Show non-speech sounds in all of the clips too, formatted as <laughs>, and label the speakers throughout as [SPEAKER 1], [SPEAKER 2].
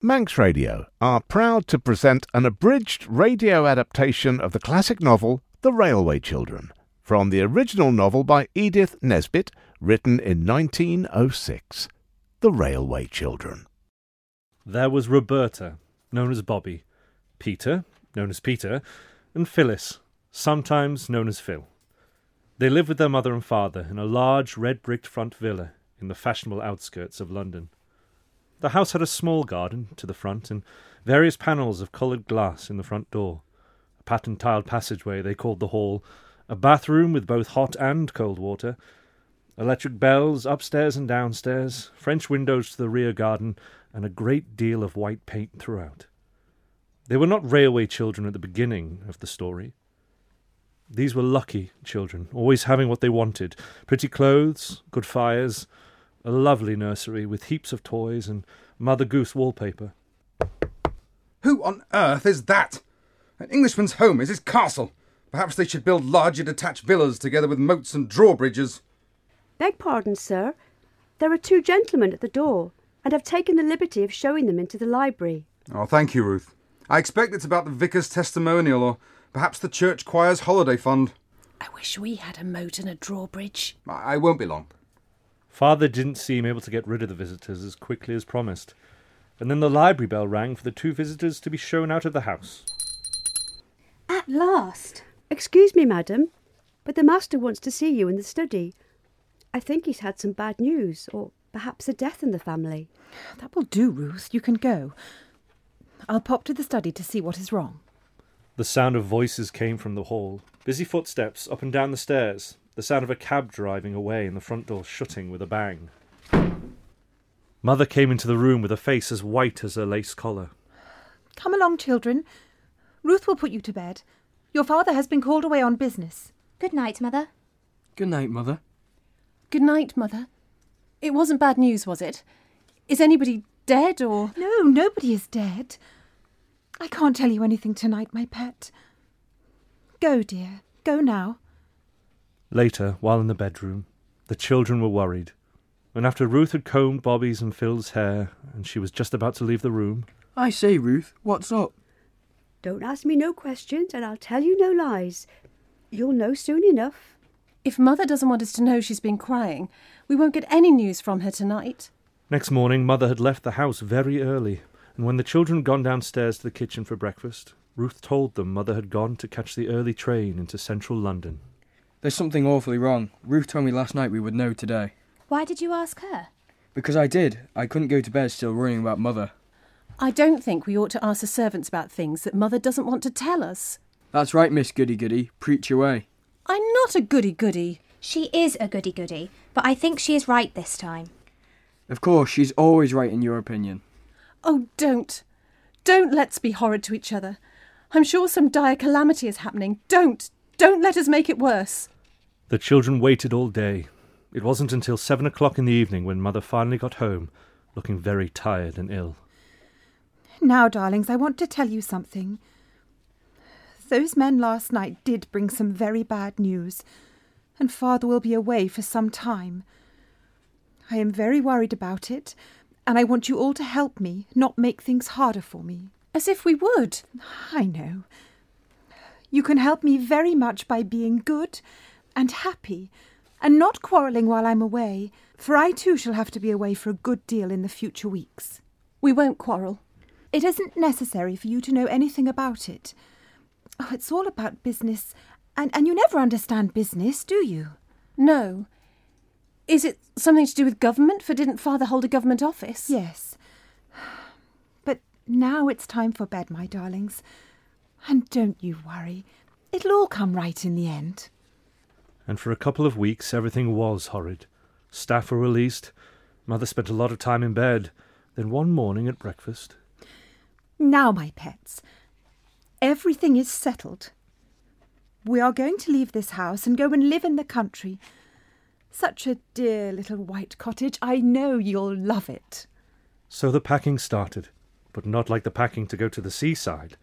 [SPEAKER 1] Manx Radio are proud to present an abridged radio adaptation of the classic novel The Railway Children from the original novel by Edith Nesbit, written in 1906. The Railway Children.
[SPEAKER 2] There was Roberta, known as Bobby, Peter, known as Peter, and Phyllis, sometimes known as Phil. They lived with their mother and father in a large red bricked front villa in the fashionable outskirts of London. The house had a small garden to the front and various panels of coloured glass in the front door, a patterned tiled passageway they called the hall, a bathroom with both hot and cold water, electric bells upstairs and downstairs, French windows to the rear garden, and a great deal of white paint throughout. They were not railway children at the beginning of the story. These were lucky children, always having what they wanted pretty clothes, good fires, a lovely nursery with heaps of toys and Mother Goose wallpaper.
[SPEAKER 3] Who on earth is that? An Englishman's home is his castle. Perhaps they should build larger detached villas together with moats and drawbridges.
[SPEAKER 4] Beg pardon, sir. There are two gentlemen at the door, and I've taken the liberty of showing them into the library.
[SPEAKER 3] Oh, thank you, Ruth. I expect it's about the vicar's testimonial or perhaps the church choir's holiday fund. Ah,
[SPEAKER 5] I wish we had a moat and a drawbridge.
[SPEAKER 3] I, I won't be long.
[SPEAKER 2] Father didn't seem able to get rid of the visitors as quickly as promised, and then the library bell rang for the two visitors to be shown out of the house.
[SPEAKER 6] At last.
[SPEAKER 4] Excuse me, madam, but the master wants to see you in the study. I think he's had some bad news, or perhaps a death in the family.
[SPEAKER 5] That will do, Ruth. You can go. I'll pop to the study to see what is wrong.
[SPEAKER 2] The sound of voices came from the hall. Busy footsteps up and down the stairs. The sound of a cab driving away and the front door shutting with a bang. Mother came into the room with a face as white as her lace collar.
[SPEAKER 7] Come along, children. Ruth will put you to bed. Your father has been called away on business.
[SPEAKER 6] Good night, Mother.
[SPEAKER 8] Good night, Mother.
[SPEAKER 5] Good night, Mother. It wasn't bad news, was it? Is anybody dead or.
[SPEAKER 7] No, nobody is dead. I can't tell you anything tonight, my pet. Go, dear. Go now.
[SPEAKER 2] Later, while in the bedroom, the children were worried. And after Ruth had combed Bobby's and Phil's hair, and she was just about to leave the room,
[SPEAKER 8] I say, Ruth, what's up?
[SPEAKER 4] Don't ask me no questions, and I'll tell you no lies. You'll know soon enough.
[SPEAKER 5] If Mother doesn't want us to know she's been crying, we won't get any news from her tonight.
[SPEAKER 2] Next morning, Mother had left the house very early, and when the children had gone downstairs to the kitchen for breakfast, Ruth told them Mother had gone to catch the early train into central London.
[SPEAKER 8] There's something awfully wrong. Ruth told me last night we would know today.
[SPEAKER 6] Why did you ask her?
[SPEAKER 8] Because I did. I couldn't go to bed still worrying about Mother.
[SPEAKER 5] I don't think we ought to ask the servants about things that Mother doesn't want to tell us.
[SPEAKER 8] That's right, Miss Goody Goody. Preach away.
[SPEAKER 5] I'm not a goody goody.
[SPEAKER 6] She is a goody goody, but I think she is right this time.
[SPEAKER 8] Of course, she's always right in your opinion.
[SPEAKER 5] Oh, don't. Don't let's be horrid to each other. I'm sure some dire calamity is happening. Don't. Don't let us make it worse.
[SPEAKER 2] The children waited all day. It wasn't until seven o'clock in the evening when Mother finally got home, looking very tired and ill.
[SPEAKER 7] Now, darlings, I want to tell you something. Those men last night did bring some very bad news, and father will be away for some time. I am very worried about it, and I want you all to help me, not make things harder for me.
[SPEAKER 5] As if we would.
[SPEAKER 7] I know. You can help me very much by being good and happy and not quarrelling while I'm away, for I too shall have to be away for a good deal in the future weeks.
[SPEAKER 5] We won't quarrel.
[SPEAKER 7] It isn't necessary for you to know anything about it. Oh, it's all about business, and, and you never understand business, do you?
[SPEAKER 5] No. Is it something to do with government? For didn't father hold a government office?
[SPEAKER 7] Yes. But now it's time for bed, my darlings. And don't you worry. It'll all come right in the end.
[SPEAKER 2] and for a couple of weeks everything was horrid. Staff were released. Mother spent a lot of time in bed. Then one morning at breakfast,
[SPEAKER 7] Now, my pets, everything is settled. We are going to leave this house and go and live in the country. Such a dear little white cottage. I know you'll love it.
[SPEAKER 2] so the packing started, but not like the packing to go to the seaside.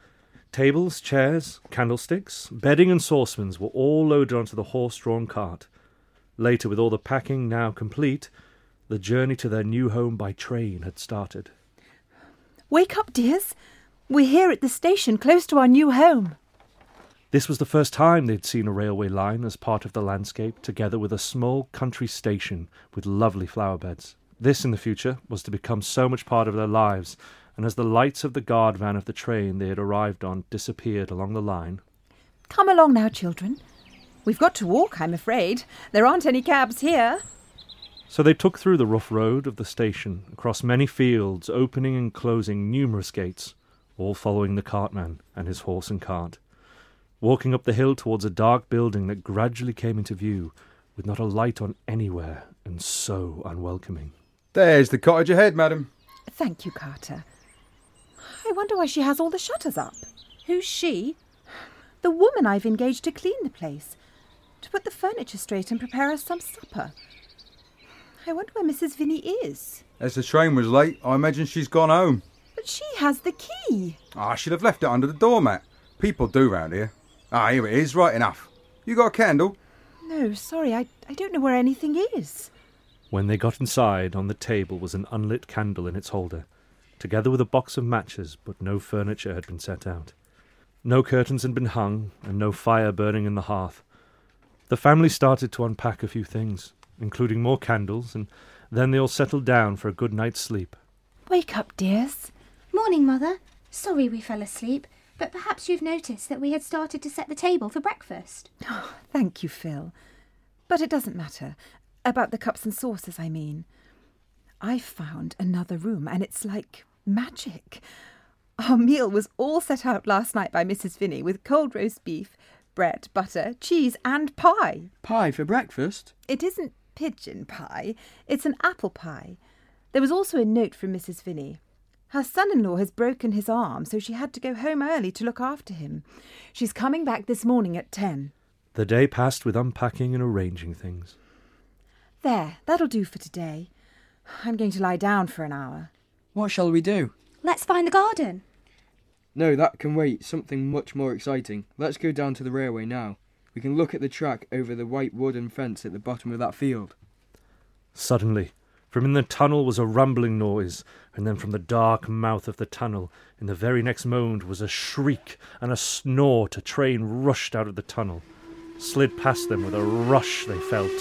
[SPEAKER 2] Tables, chairs, candlesticks, bedding, and saucepans were all loaded onto the horse drawn cart. Later, with all the packing now complete, the journey to their new home by train had started.
[SPEAKER 7] Wake up, dears. We're here at the station, close to our new home.
[SPEAKER 2] This was the first time they'd seen a railway line as part of the landscape, together with a small country station with lovely flower beds. This in the future was to become so much part of their lives, and as the lights of the guard van of the train they had arrived on disappeared along the line,
[SPEAKER 7] Come along now, children. We've got to walk, I'm afraid. There aren't any cabs here.
[SPEAKER 2] So they took through the rough road of the station, across many fields, opening and closing numerous gates, all following the cartman and his horse and cart. Walking up the hill towards a dark building that gradually came into view, with not a light on anywhere, and so unwelcoming.
[SPEAKER 3] There's the cottage ahead, madam.
[SPEAKER 7] Thank you, Carter. I wonder why she has all the shutters up.
[SPEAKER 5] Who's she?
[SPEAKER 7] The woman I've engaged to clean the place, to put the furniture straight and prepare us some supper. I wonder where Mrs. Vinny is.
[SPEAKER 3] As the train was late, I imagine she's gone home.
[SPEAKER 7] But she has the key.
[SPEAKER 3] Ah, I should have left it under the doormat. People do round here. Ah, here it is, right enough. You got a candle?
[SPEAKER 7] No, sorry, I, I don't know where anything is.
[SPEAKER 2] When they got inside, on the table was an unlit candle in its holder, together with a box of matches, but no furniture had been set out. No curtains had been hung, and no fire burning in the hearth. The family started to unpack a few things, including more candles, and then they all settled down for a good night's sleep.
[SPEAKER 7] Wake up, dears.
[SPEAKER 6] Morning, Mother. Sorry we fell asleep, but perhaps you've noticed that we had started to set the table for breakfast.
[SPEAKER 7] Thank you, Phil. But it doesn't matter. About the cups and saucers, I mean. I found another room, and it's like magic. Our meal was all set out last night by Mrs. Vinny with cold roast beef, bread, butter, cheese, and pie.
[SPEAKER 8] Pie for breakfast?
[SPEAKER 7] It isn't pigeon pie, it's an apple pie. There was also a note from Mrs. Vinny. Her son in law has broken his arm, so she had to go home early to look after him. She's coming back this morning at ten.
[SPEAKER 2] The day passed with unpacking and arranging things.
[SPEAKER 7] There, that'll do for today. I'm going to lie down for an hour.
[SPEAKER 8] What shall we do?
[SPEAKER 6] Let's find the garden.
[SPEAKER 8] No, that can wait. Something much more exciting. Let's go down to the railway now. We can look at the track over the white wooden fence at the bottom of that field.
[SPEAKER 2] Suddenly, from in the tunnel was a rumbling noise, and then from the dark mouth of the tunnel, in the very next moment, was a shriek and a snort. A train rushed out of the tunnel, slid past them with a rush they felt.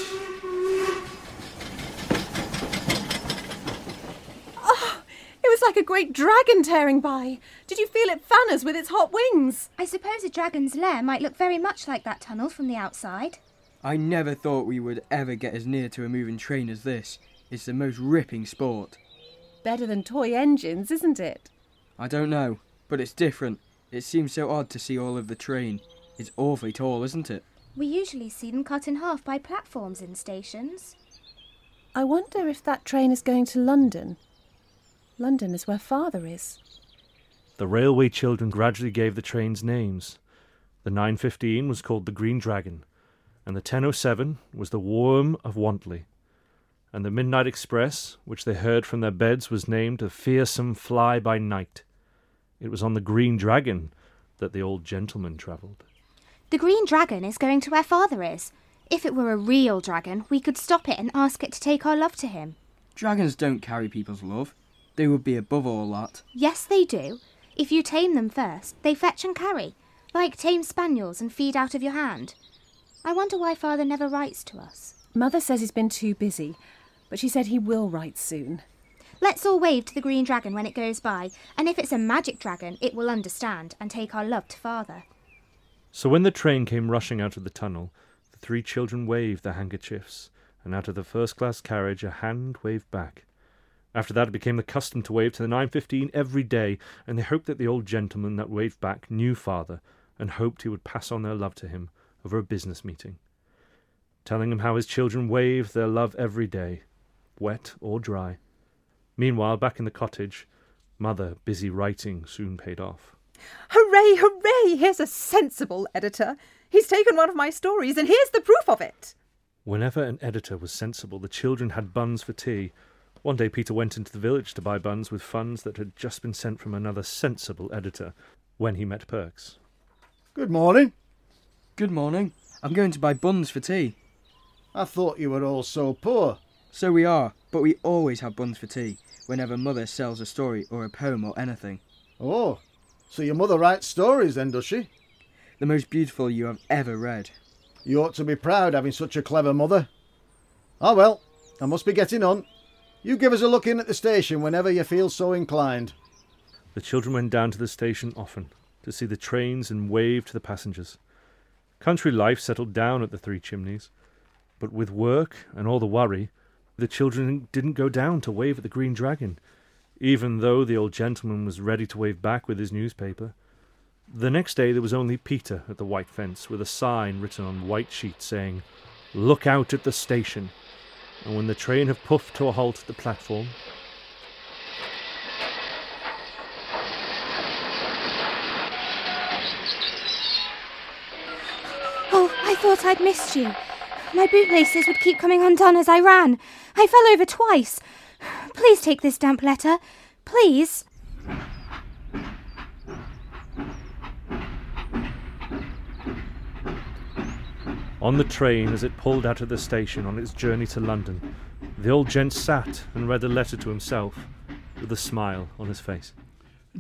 [SPEAKER 5] Oh, It was like a great dragon tearing by. Did you feel it fan us with its hot wings?
[SPEAKER 6] I suppose a dragon's lair might look very much like that tunnel from the outside.
[SPEAKER 8] I never thought we would ever get as near to a moving train as this. It's the most ripping sport.
[SPEAKER 5] Better than toy engines, isn't it?
[SPEAKER 8] I don't know, but it's different. It seems so odd to see all of the train. It's awfully tall, isn't it?
[SPEAKER 6] We usually see them cut in half by platforms in stations.
[SPEAKER 5] I wonder if that train is going to London. London is where father is.
[SPEAKER 2] The railway children gradually gave the trains names. The 9.15 was called the Green Dragon, and the 10.07 was the Worm of Wantley. And the Midnight Express, which they heard from their beds, was named the Fearsome Fly by Night. It was on the Green Dragon that the old gentleman travelled.
[SPEAKER 6] The green dragon is going to where father is. If it were a real dragon, we could stop it and ask it to take our love to him.
[SPEAKER 8] Dragons don't carry people's love. They would be above all that.
[SPEAKER 6] Yes, they do. If you tame them first, they fetch and carry, like tame spaniels and feed out of your hand. I wonder why father never writes to us.
[SPEAKER 5] Mother says he's been too busy, but she said he will write soon.
[SPEAKER 6] Let's all wave to the green dragon when it goes by, and if it's a magic dragon, it will understand and take our love to father.
[SPEAKER 2] So when the train came rushing out of the tunnel, the three children waved their handkerchiefs, and out of the first class carriage a hand waved back. After that it became the custom to wave to the 9.15 every day, and they hoped that the old gentleman that waved back knew father, and hoped he would pass on their love to him over a business meeting. Telling him how his children waved their love every day, wet or dry. Meanwhile, back in the cottage, mother, busy writing, soon paid off.
[SPEAKER 7] Hooray, hooray! Here's a sensible editor. He's taken one of my stories, and here's the proof of it.
[SPEAKER 2] Whenever an editor was sensible, the children had buns for tea. One day Peter went into the village to buy buns with funds that had just been sent from another sensible editor when he met Perks.
[SPEAKER 9] Good morning.
[SPEAKER 8] Good morning. I'm going to buy buns for tea.
[SPEAKER 9] I thought you were all so poor.
[SPEAKER 8] So we are, but we always have buns for tea. whenever Mother sells a story or a poem or anything.
[SPEAKER 9] Oh, so your mother writes stories then, does she?
[SPEAKER 8] The most beautiful you have ever read.
[SPEAKER 9] You ought to be proud having such a clever mother. Ah, well, I must be getting on. You give us a look in at the station whenever you feel so inclined.
[SPEAKER 2] The children went down to the station often to see the trains and wave to the passengers. Country life settled down at the Three Chimneys, but with work and all the worry, the children didn't go down to wave at the Green Dragon, even though the old gentleman was ready to wave back with his newspaper. The next day there was only Peter at the white fence with a sign written on white sheet saying, Look out at the station. And when the train had puffed to a halt at the platform,
[SPEAKER 6] Oh, I thought I'd missed you. My bootlaces would keep coming undone as I ran. I fell over twice. Please take this damp letter. Please.
[SPEAKER 2] on the train as it pulled out of the station on its journey to London, the old gent sat and read the letter to himself with a smile on his face.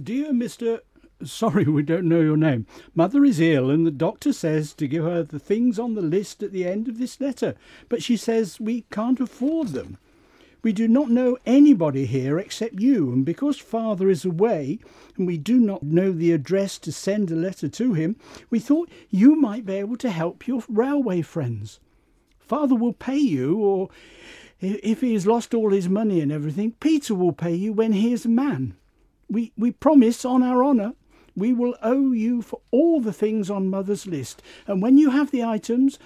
[SPEAKER 10] Dear Mr. Sorry, we don't know your name. Mother is ill, and the doctor says to give her the things on the list at the end of this letter, but she says we can't afford them. We do not know anybody here except you, and because father is away and we do not know the address to send a letter to him, we thought you might be able to help your railway friends. Father will pay you, or i- if he has lost all his money and everything, Peter will pay you when he is a man. We, we promise on our honour we will owe you for all the things on mother's list, and when you have the items,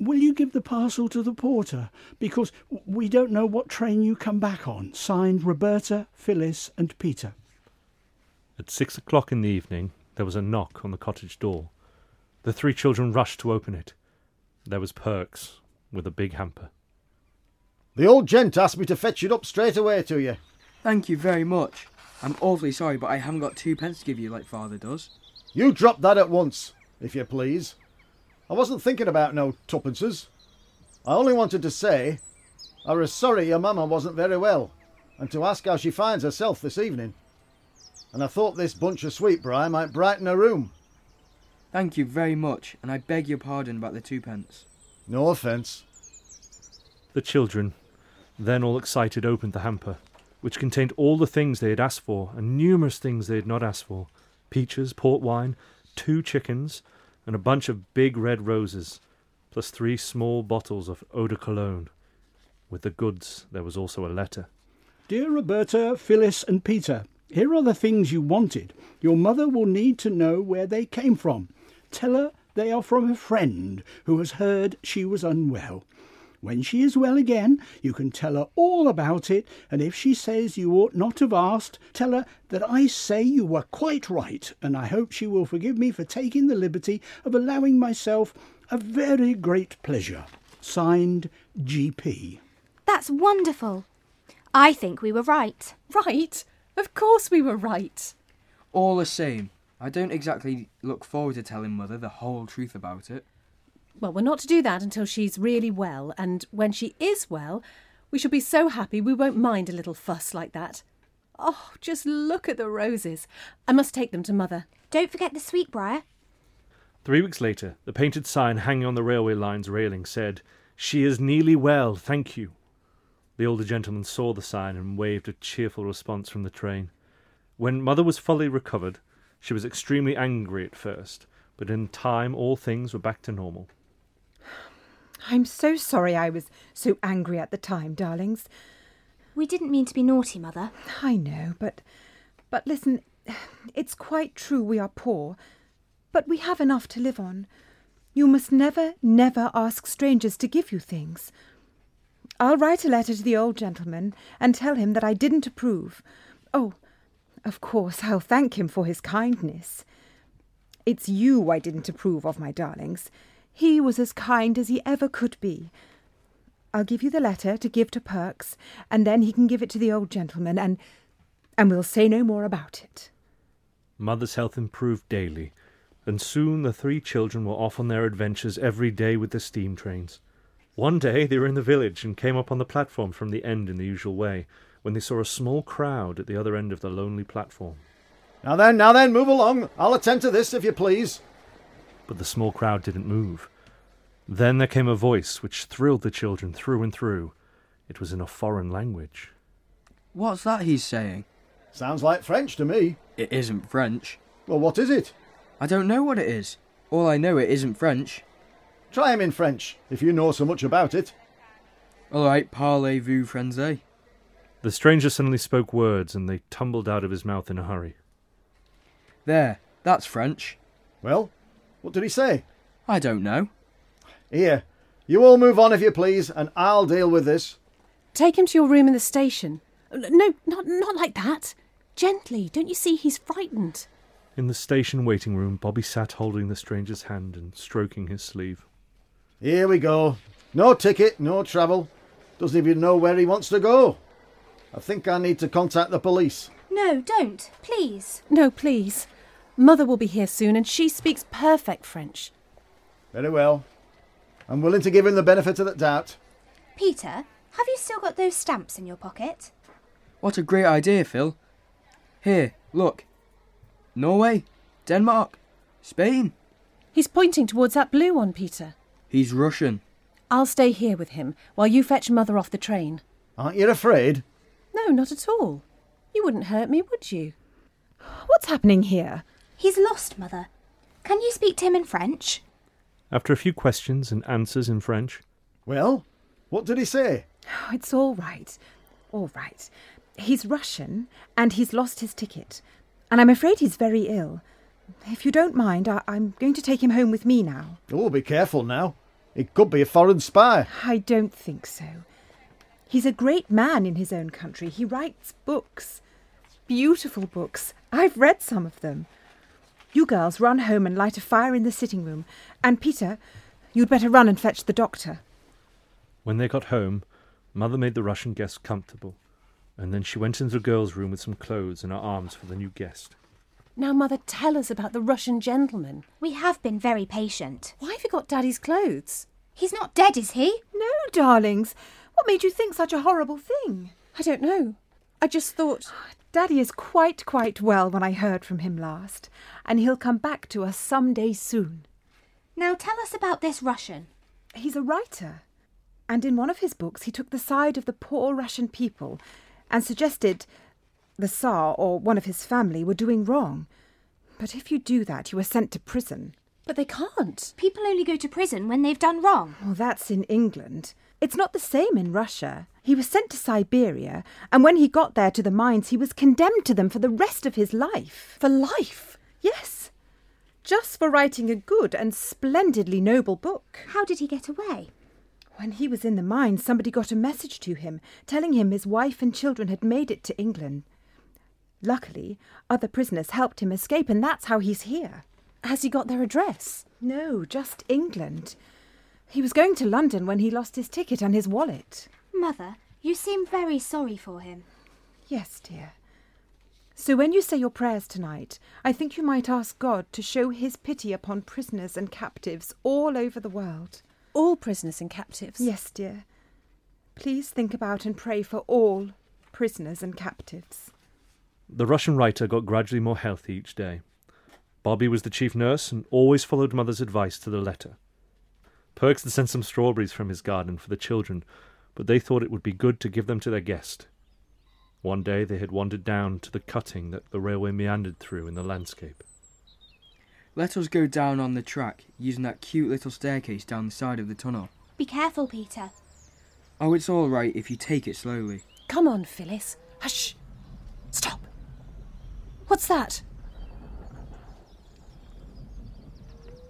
[SPEAKER 10] will you give the parcel to the porter? Because we don't know what train you come back on. Signed Roberta, Phyllis, and Peter.
[SPEAKER 2] At six o'clock in the evening, there was a knock on the cottage door. The three children rushed to open it. There was Perks with a big hamper.
[SPEAKER 9] The old gent asked me to fetch it up straight away to you.
[SPEAKER 8] Thank you very much. I'm awfully sorry, but I haven't got two pence to give you like father does.
[SPEAKER 9] You drop that at once, if you please. I wasn't thinking about no tuppences. I only wanted to say I was sorry your mamma wasn't very well, and to ask how she finds herself this evening. And I thought this bunch of sweetbriar might brighten her room.
[SPEAKER 8] Thank you very much, and I beg your pardon about the twopence.
[SPEAKER 9] No offence.
[SPEAKER 2] The children, then all excited, opened the hamper, which contained all the things they had asked for and numerous things they had not asked for peaches, port wine, two chickens, and a bunch of big red roses, plus three small bottles of eau de cologne. With the goods, there was also a letter.
[SPEAKER 10] Dear Roberta, Phyllis, and Peter, here are the things you wanted. Your mother will need to know where they came from. Tell her they are from a friend who has heard she was unwell. When she is well again, you can tell her all about it, and if she says you ought not to have asked, tell her that I say you were quite right, and I hope she will forgive me for taking the liberty of allowing myself a very great pleasure. Signed, G.P.
[SPEAKER 6] That's wonderful. I think we were right.
[SPEAKER 5] Right? Of course we were right.
[SPEAKER 8] All the same, I don't exactly look forward to telling mother the whole truth about it.
[SPEAKER 5] Well, we're not to do that until she's really well, and when she is well, we shall be so happy we won't mind a little fuss like that. Oh, just look at the roses. I must take them to Mother.
[SPEAKER 6] Don't forget the sweetbriar.
[SPEAKER 2] Three weeks later, the painted sign hanging on the railway line's railing said, She is nearly well, thank you. The older gentleman saw the sign and waved a cheerful response from the train. When mother was fully recovered, she was extremely angry at first, but in time all things were back to normal.
[SPEAKER 7] I'm so sorry I was so angry at the time, darlings.
[SPEAKER 6] We didn't mean to be naughty, Mother.
[SPEAKER 7] I know, but but listen, it's quite true we are poor, but we have enough to live on. You must never, never ask strangers to give you things. I'll write a letter to the old gentleman and tell him that I didn't approve. Oh, of course, I'll thank him for his kindness. It's you I didn't approve of, my darlings. He was as kind as he ever could be. I'll give you the letter to give to Perks, and then he can give it to the old gentleman, and and we'll say no more about it.
[SPEAKER 2] Mother's health improved daily, and soon the three children were off on their adventures every day with the steam trains. One day they were in the village and came up on the platform from the end in the usual way, when they saw a small crowd at the other end of the lonely platform.
[SPEAKER 9] Now then, now then, move along. I'll attend to this, if you please.
[SPEAKER 2] But the small crowd didn't move. Then there came a voice which thrilled the children through and through. It was in a foreign language.
[SPEAKER 8] What's that he's saying?
[SPEAKER 9] Sounds like French to me.
[SPEAKER 8] It isn't French.
[SPEAKER 9] Well, what is it?
[SPEAKER 8] I don't know what it is. All I know it isn't French.
[SPEAKER 9] Try him in French, if you know so much about it.
[SPEAKER 8] All right, parlez-vous français?
[SPEAKER 2] The stranger suddenly spoke words, and they tumbled out of his mouth in a hurry.
[SPEAKER 8] There, that's French.
[SPEAKER 9] Well, what did he say?
[SPEAKER 8] I don't know.
[SPEAKER 9] Here, you all move on, if you please, and I'll deal with this.
[SPEAKER 5] Take him to your room in the station. No, not, not like that. Gently. Don't you see he's frightened?
[SPEAKER 2] In the station waiting room, Bobby sat holding the stranger's hand and stroking his sleeve.
[SPEAKER 9] Here we go. No ticket, no travel. Doesn't even know where he wants to go. I think I need to contact the police.
[SPEAKER 6] No, don't. Please.
[SPEAKER 5] No, please. Mother will be here soon and she speaks perfect French.
[SPEAKER 9] Very well. I'm willing to give him the benefit of the doubt.
[SPEAKER 6] Peter, have you still got those stamps in your pocket?
[SPEAKER 8] What a great idea, Phil. Here, look. Norway, Denmark, Spain.
[SPEAKER 5] He's pointing towards that blue one, Peter.
[SPEAKER 8] He's Russian.
[SPEAKER 5] I'll stay here with him while you fetch Mother off the train.
[SPEAKER 9] Aren't you afraid?
[SPEAKER 5] No, not at all. You wouldn't hurt me, would you?
[SPEAKER 7] What's happening here?
[SPEAKER 6] He's lost, Mother. Can you speak to him in French?
[SPEAKER 2] After a few questions and answers in French,
[SPEAKER 9] Well, what did he say?
[SPEAKER 7] Oh, it's all right. All right. He's Russian and he's lost his ticket. And I'm afraid he's very ill. If you don't mind, I- I'm going to take him home with me now.
[SPEAKER 9] Oh, be careful now. He could be a foreign spy.
[SPEAKER 7] I don't think so. He's a great man in his own country. He writes books. Beautiful books. I've read some of them. You girls run home and light a fire in the sitting room. And Peter, you'd better run and fetch the doctor.
[SPEAKER 2] when they got home, Mother made the Russian guest comfortable, and then she went into the girls' room with some clothes and her arms for the new guest.
[SPEAKER 5] Now, Mother, tell us about the Russian gentleman.
[SPEAKER 6] We have been very patient.
[SPEAKER 5] Why have you got Daddy's clothes?
[SPEAKER 6] He's not dead, is he?
[SPEAKER 7] No, darlings. What made you think such a horrible thing?
[SPEAKER 5] I don't know. I just thought.
[SPEAKER 7] Daddy is quite, quite well when I heard from him last, and he'll come back to us some day soon.
[SPEAKER 6] Now tell us about this Russian.
[SPEAKER 7] He's a writer, and in one of his books, he took the side of the poor Russian people and suggested the Tsar or one of his family were doing wrong. But if you do that, you are sent to prison.
[SPEAKER 5] But they can't.
[SPEAKER 6] People only go to prison when they've done wrong.
[SPEAKER 7] Well, that's in England. It's not the same in Russia. He was sent to Siberia, and when he got there to the mines, he was condemned to them for the rest of his life.
[SPEAKER 5] For life.
[SPEAKER 7] Yes, just for writing a good and splendidly noble book.
[SPEAKER 6] How did he get away?
[SPEAKER 7] When he was in the mine, somebody got a message to him telling him his wife and children had made it to England. Luckily, other prisoners helped him escape, and that's how he's here.
[SPEAKER 5] Has he got their address?
[SPEAKER 7] No, just England. He was going to London when he lost his ticket and his wallet.
[SPEAKER 6] Mother, you seem very sorry for him.
[SPEAKER 7] Yes, dear. So when you say your prayers tonight, I think you might ask God to show his pity upon prisoners and captives all over the world.
[SPEAKER 5] All prisoners and captives.
[SPEAKER 7] Yes, dear. Please think about and pray for all prisoners and captives.
[SPEAKER 2] The Russian writer got gradually more healthy each day. Bobby was the chief nurse and always followed Mother's advice to the letter. Perks had sent some strawberries from his garden for the children, but they thought it would be good to give them to their guest. One day they had wandered down to the cutting that the railway meandered through in the landscape.
[SPEAKER 8] Let us go down on the track using that cute little staircase down the side of the tunnel.
[SPEAKER 6] Be careful, Peter.
[SPEAKER 8] Oh, it's all right if you take it slowly.
[SPEAKER 5] Come on, Phyllis. Hush. Stop. What's that?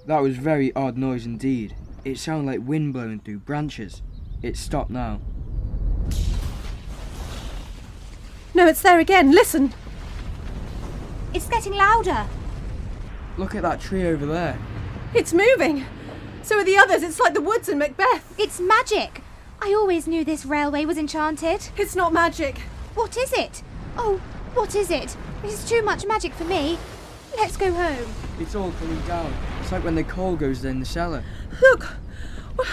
[SPEAKER 8] That was very odd noise indeed. It sounded like wind blowing through branches. It's stopped now.
[SPEAKER 5] No, it's there again. Listen.
[SPEAKER 6] It's getting louder.
[SPEAKER 8] Look at that tree over there.
[SPEAKER 5] It's moving. So are the others. It's like the woods in Macbeth.
[SPEAKER 6] It's magic. I always knew this railway was enchanted.
[SPEAKER 5] It's not magic.
[SPEAKER 6] What is it? Oh, what is it? It's too much magic for me. Let's go home.
[SPEAKER 8] It's all coming down. It's like when the coal goes in the cellar.
[SPEAKER 5] Look. Wow,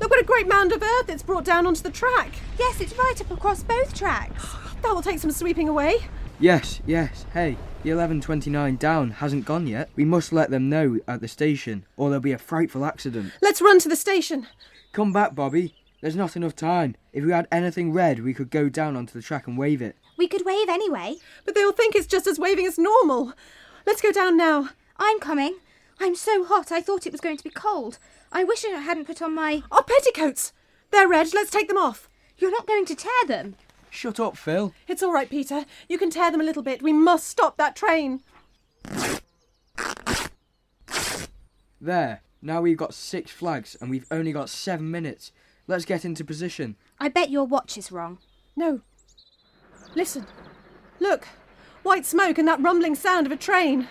[SPEAKER 5] Look what a great mound of earth it's brought down onto the track.
[SPEAKER 6] Yes, it's right up across both tracks.
[SPEAKER 5] That will take some sweeping away.
[SPEAKER 8] Yes, yes. Hey, the 1129 down hasn't gone yet. We must let them know at the station, or there'll be a frightful accident.
[SPEAKER 5] Let's run to the station.
[SPEAKER 8] Come back, Bobby. There's not enough time. If we had anything red, we could go down onto the track and wave it.
[SPEAKER 6] We could wave anyway.
[SPEAKER 5] But they'll think it's just as waving as normal. Let's go down now.
[SPEAKER 6] I'm coming. I'm so hot, I thought it was going to be cold. I wish I hadn't put on my.
[SPEAKER 5] Our petticoats! They're red, let's take them off.
[SPEAKER 6] You're not going to tear them.
[SPEAKER 8] Shut up, Phil.
[SPEAKER 5] It's all right, Peter. You can tear them a little bit. We must stop that train.
[SPEAKER 8] There. Now we've got six flags and we've only got seven minutes. Let's get into position.
[SPEAKER 6] I bet your watch is wrong.
[SPEAKER 5] No. Listen. Look. White smoke and that rumbling sound of a train.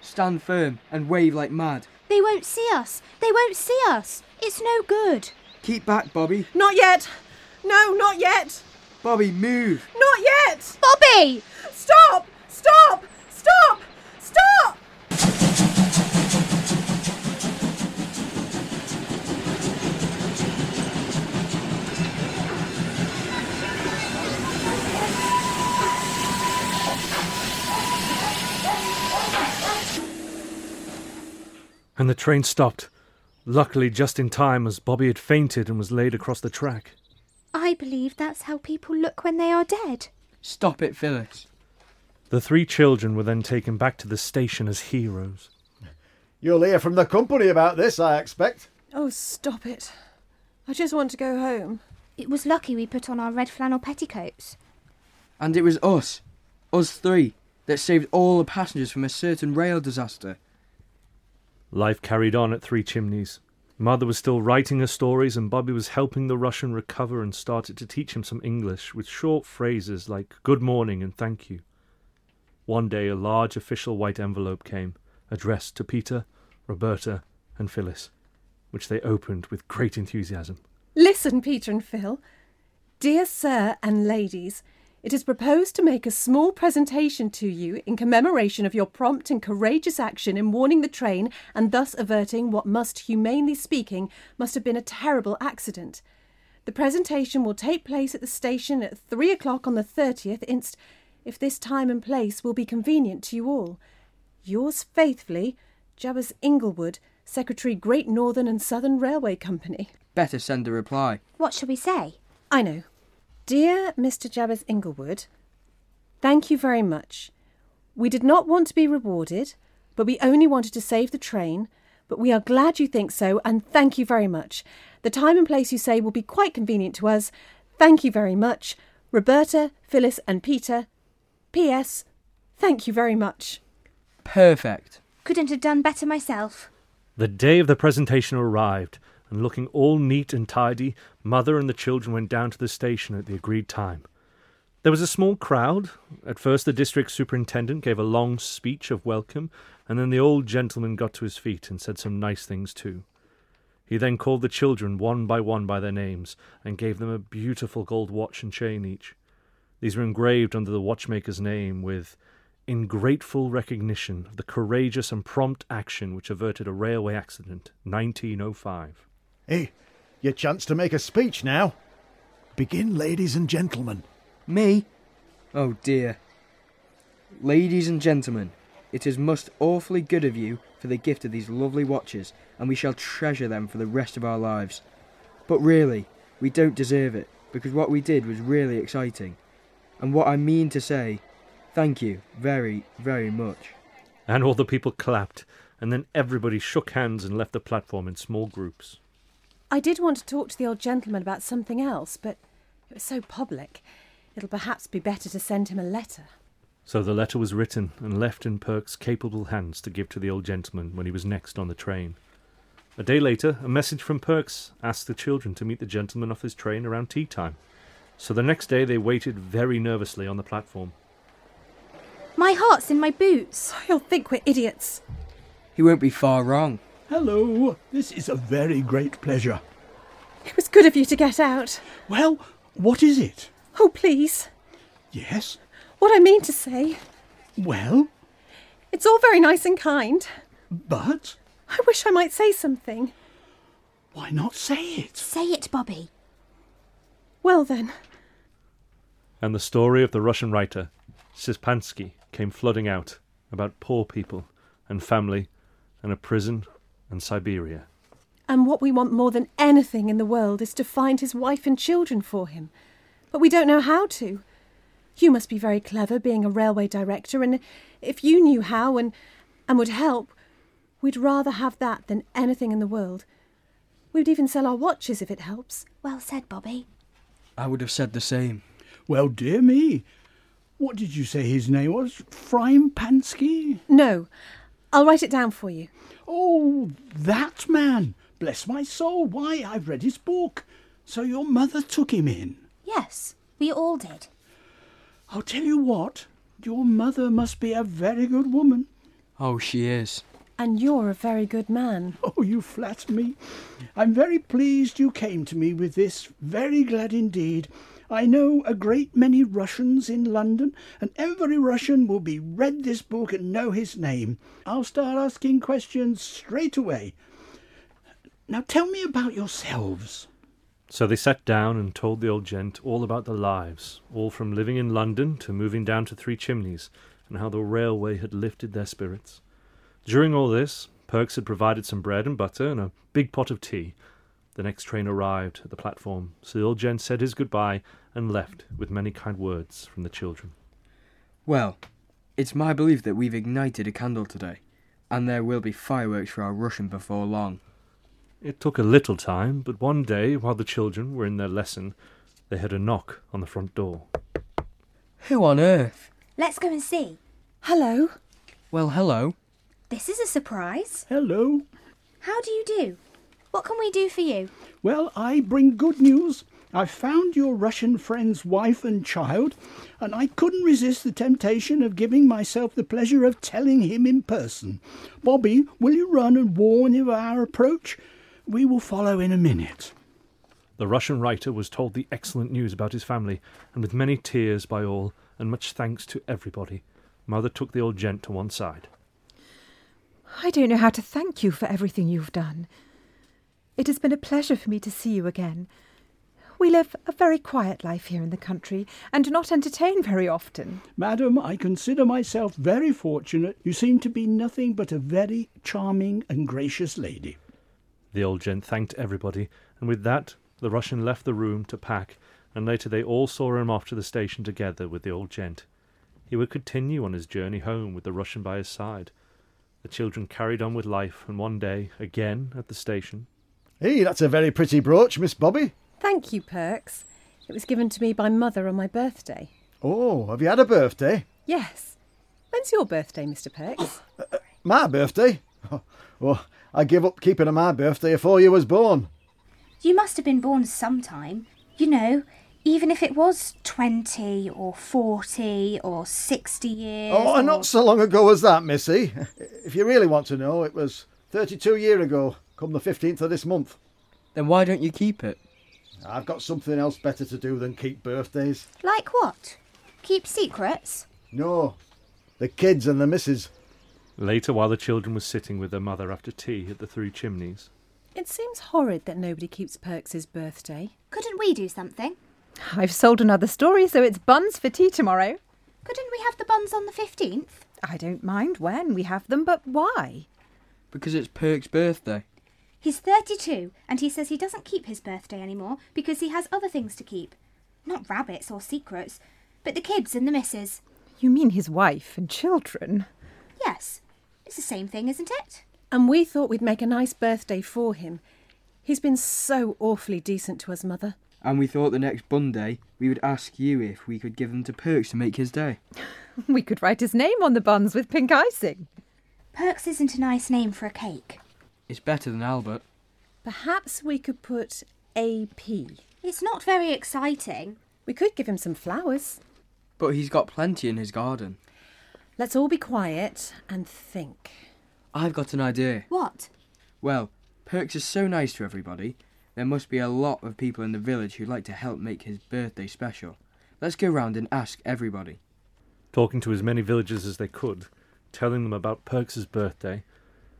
[SPEAKER 8] Stand firm and wave like mad.
[SPEAKER 6] They won't see us. They won't see us. It's no good.
[SPEAKER 8] Keep back, Bobby.
[SPEAKER 5] Not yet. No, not yet.
[SPEAKER 8] Bobby, move.
[SPEAKER 5] Not yet.
[SPEAKER 6] Bobby!
[SPEAKER 5] Stop! Stop! Stop! Stop!
[SPEAKER 2] and the train stopped. Luckily, just in time, as Bobby had fainted and was laid across the track.
[SPEAKER 6] I believe that's how people look when they are dead.
[SPEAKER 8] Stop it, Phyllis.
[SPEAKER 2] The three children were then taken back to the station as heroes.
[SPEAKER 9] You'll hear from the company about this, I expect.
[SPEAKER 5] Oh, stop it. I just want to go home.
[SPEAKER 6] It was lucky we put on our red flannel petticoats.
[SPEAKER 8] And it was us, us three, that saved all the passengers from a certain rail disaster.
[SPEAKER 2] Life carried on at Three Chimneys. Mother was still writing her stories, and Bobby was helping the Russian recover and started to teach him some English with short phrases like good morning and thank you. One day, a large official white envelope came, addressed to Peter, Roberta, and Phyllis, which they opened with great enthusiasm.
[SPEAKER 5] Listen, Peter and Phil. Dear Sir and Ladies, it is proposed to make a small presentation to you in commemoration of your prompt and courageous action in warning the train and thus averting what must, humanely speaking, must have been a terrible accident. The presentation will take place at the station at three o'clock on the 30th inst. if this time and place will be convenient to you all. Yours faithfully, Jabez Inglewood, Secretary Great Northern and Southern Railway Company.
[SPEAKER 8] Better send a reply.
[SPEAKER 6] What shall we say?
[SPEAKER 5] I know. Dear Mr. Jabez Inglewood, thank you very much. We did not want to be rewarded, but we only wanted to save the train. But we are glad you think so, and thank you very much. The time and place you say will be quite convenient to us. Thank you very much. Roberta, Phyllis, and Peter. P.S. Thank you very much.
[SPEAKER 8] Perfect.
[SPEAKER 6] Couldn't have done better myself.
[SPEAKER 2] The day of the presentation arrived, and looking all neat and tidy, mother and the children went down to the station at the agreed time. There was a small crowd. At first, the district superintendent gave a long speech of welcome, and then the old gentleman got to his feet and said some nice things too. He then called the children one by one by their names and gave them a beautiful gold watch and chain each. These were engraved under the watchmaker's name with in grateful recognition of the courageous and prompt action which averted a railway accident 1905.
[SPEAKER 9] Hey, your chance to make a speech now. Begin, ladies and gentlemen.
[SPEAKER 8] Me? Oh dear. Ladies and gentlemen, it is most awfully good of you for the gift of these lovely watches, and we shall treasure them for the rest of our lives. But really, we don't deserve it, because what we did was really exciting. And what I mean to say, thank you very, very much.
[SPEAKER 2] And all the people clapped, and then everybody shook hands and left the platform in small groups.
[SPEAKER 5] I did want to talk to the old gentleman about something else, but it was so public. It'll perhaps be better to send him a letter.
[SPEAKER 2] So the letter was written and left in Perk's capable hands to give to the old gentleman when he was next on the train. A day later, a message from Perks asked the children to meet the gentleman off his train around tea time. So the next day they waited very nervously on the platform.
[SPEAKER 6] My heart's in my boots.
[SPEAKER 5] He'll think we're idiots.
[SPEAKER 8] He won't be far wrong.
[SPEAKER 10] Hello, this is a very great pleasure.
[SPEAKER 5] It was good of you to get out.
[SPEAKER 10] Well, what is it?
[SPEAKER 5] Oh, please.
[SPEAKER 10] Yes?
[SPEAKER 5] What I mean to say,
[SPEAKER 10] Well,
[SPEAKER 5] it's all very nice and kind.
[SPEAKER 10] but
[SPEAKER 5] I wish I might say something.
[SPEAKER 10] why not say it?
[SPEAKER 6] Say it, Bobby.
[SPEAKER 5] Well, then.
[SPEAKER 2] and the story of the Russian writer Sispansky came flooding out about poor people and family and a prison and Siberia.
[SPEAKER 5] And what we want more than anything in the world is to find his wife and children for him. But we don't know how to. You must be very clever being a railway director, and if you knew how and, and would help, we'd rather have that than anything in the world. We'd even sell our watches if it helps.
[SPEAKER 6] Well said, Bobby.
[SPEAKER 8] I would have said the same.
[SPEAKER 10] Well, dear me. What did you say his name was? Frime Pansky?
[SPEAKER 5] No. I'll write it down for you.
[SPEAKER 10] Oh, that man. Bless my soul. Why, I've read his book. So your mother took him in.
[SPEAKER 6] Yes, we all did.
[SPEAKER 10] I'll tell you what, your mother must be a very good woman.
[SPEAKER 8] Oh, she is.
[SPEAKER 5] And you're a very good man.
[SPEAKER 10] Oh, you flatter me. I'm very pleased you came to me with this. Very glad indeed. I know a great many Russians in London, and every Russian will be read this book and know his name. I'll start asking questions straight away. Now tell me about yourselves.
[SPEAKER 2] So they sat down and told the old gent all about their lives, all from living in London to moving down to Three Chimneys, and how the railway had lifted their spirits. During all this, Perks had provided some bread and butter and a big pot of tea. The next train arrived at the platform, so the old gent said his goodbye and left with many kind words from the children.
[SPEAKER 8] Well, it's my belief that we've ignited a candle today, and there will be fireworks for our Russian before long.
[SPEAKER 2] It took a little time, but one day, while the children were in their lesson, they heard a knock on the front door.
[SPEAKER 8] Who on earth?
[SPEAKER 6] Let's go and see.
[SPEAKER 5] Hello.
[SPEAKER 8] Well, hello.
[SPEAKER 6] This is a surprise.
[SPEAKER 10] Hello.
[SPEAKER 6] How do you do? What can we do for you?
[SPEAKER 10] Well, I bring good news. I found your Russian friend's wife and child, and I couldn't resist the temptation of giving myself the pleasure of telling him in person. Bobby, will you run and warn him of our approach? We will follow in a minute.
[SPEAKER 2] The Russian writer was told the excellent news about his family, and with many tears by all, and much thanks to everybody, Mother took the old gent to one side.
[SPEAKER 7] I don't know how to thank you for everything you've done. It has been a pleasure for me to see you again. We live a very quiet life here in the country and do not entertain very often.
[SPEAKER 10] Madam, I consider myself very fortunate. You seem to be nothing but a very charming and gracious lady.
[SPEAKER 2] The old gent thanked everybody, and with that, the Russian left the room to pack, and later they all saw him off to the station together with the old gent. He would continue on his journey home with the Russian by his side. The children carried on with life, and one day, again at the station,
[SPEAKER 9] Hey, that's a very pretty brooch, Miss Bobby.
[SPEAKER 5] Thank you, Perks. It was given to me by Mother on my birthday.
[SPEAKER 9] Oh, have you had a birthday?
[SPEAKER 5] Yes. When's your birthday, Mr. Perks?
[SPEAKER 9] My birthday? <laughs> Well, I give up keeping of my birthday afore you was born.
[SPEAKER 6] You must have been born sometime. You know, even if it was 20 or 40 or 60 years.
[SPEAKER 9] Oh,
[SPEAKER 6] or-
[SPEAKER 9] and not so long ago as that, Missy. <laughs> If you really want to know, it was 32 year ago, come the 15th of this month.
[SPEAKER 8] Then why don't you keep it?
[SPEAKER 9] I've got something else better to do than keep birthdays.
[SPEAKER 6] Like what? Keep secrets?
[SPEAKER 9] No, the kids and the missus.
[SPEAKER 2] Later, while the children were sitting with their mother after tea at the Three Chimneys,
[SPEAKER 5] It seems horrid that nobody keeps Perks's birthday.
[SPEAKER 6] Couldn't we do something?
[SPEAKER 11] I've sold another story, so it's buns for tea tomorrow.
[SPEAKER 6] Couldn't we have the buns on the 15th?
[SPEAKER 11] I don't mind when we have them, but why?
[SPEAKER 8] Because it's Perk's birthday.
[SPEAKER 6] He's 32 and he says he doesn't keep his birthday anymore because he has other things to keep. Not rabbits or secrets, but the kids and the missus.
[SPEAKER 11] You mean his wife and children?
[SPEAKER 6] Yes, it's the same thing, isn't it?
[SPEAKER 5] And we thought we'd make a nice birthday for him. He's been so awfully decent to us, Mother.
[SPEAKER 8] And we thought the next bun day we would ask you if we could give them to Perks to make his day.
[SPEAKER 11] <laughs> We could write his name on the buns with pink icing.
[SPEAKER 6] Perks isn't a nice name for a cake.
[SPEAKER 8] It's better than Albert.
[SPEAKER 5] Perhaps we could put AP.
[SPEAKER 6] It's not very exciting.
[SPEAKER 5] We could give him some flowers.
[SPEAKER 8] But he's got plenty in his garden.
[SPEAKER 5] Let's all be quiet and think.
[SPEAKER 8] I've got an idea.
[SPEAKER 6] What?
[SPEAKER 8] Well, Perks is so nice to everybody. There must be a lot of people in the village who'd like to help make his birthday special. Let's go round and ask everybody.
[SPEAKER 2] talking to as many villagers as they could, telling them about Perks's birthday.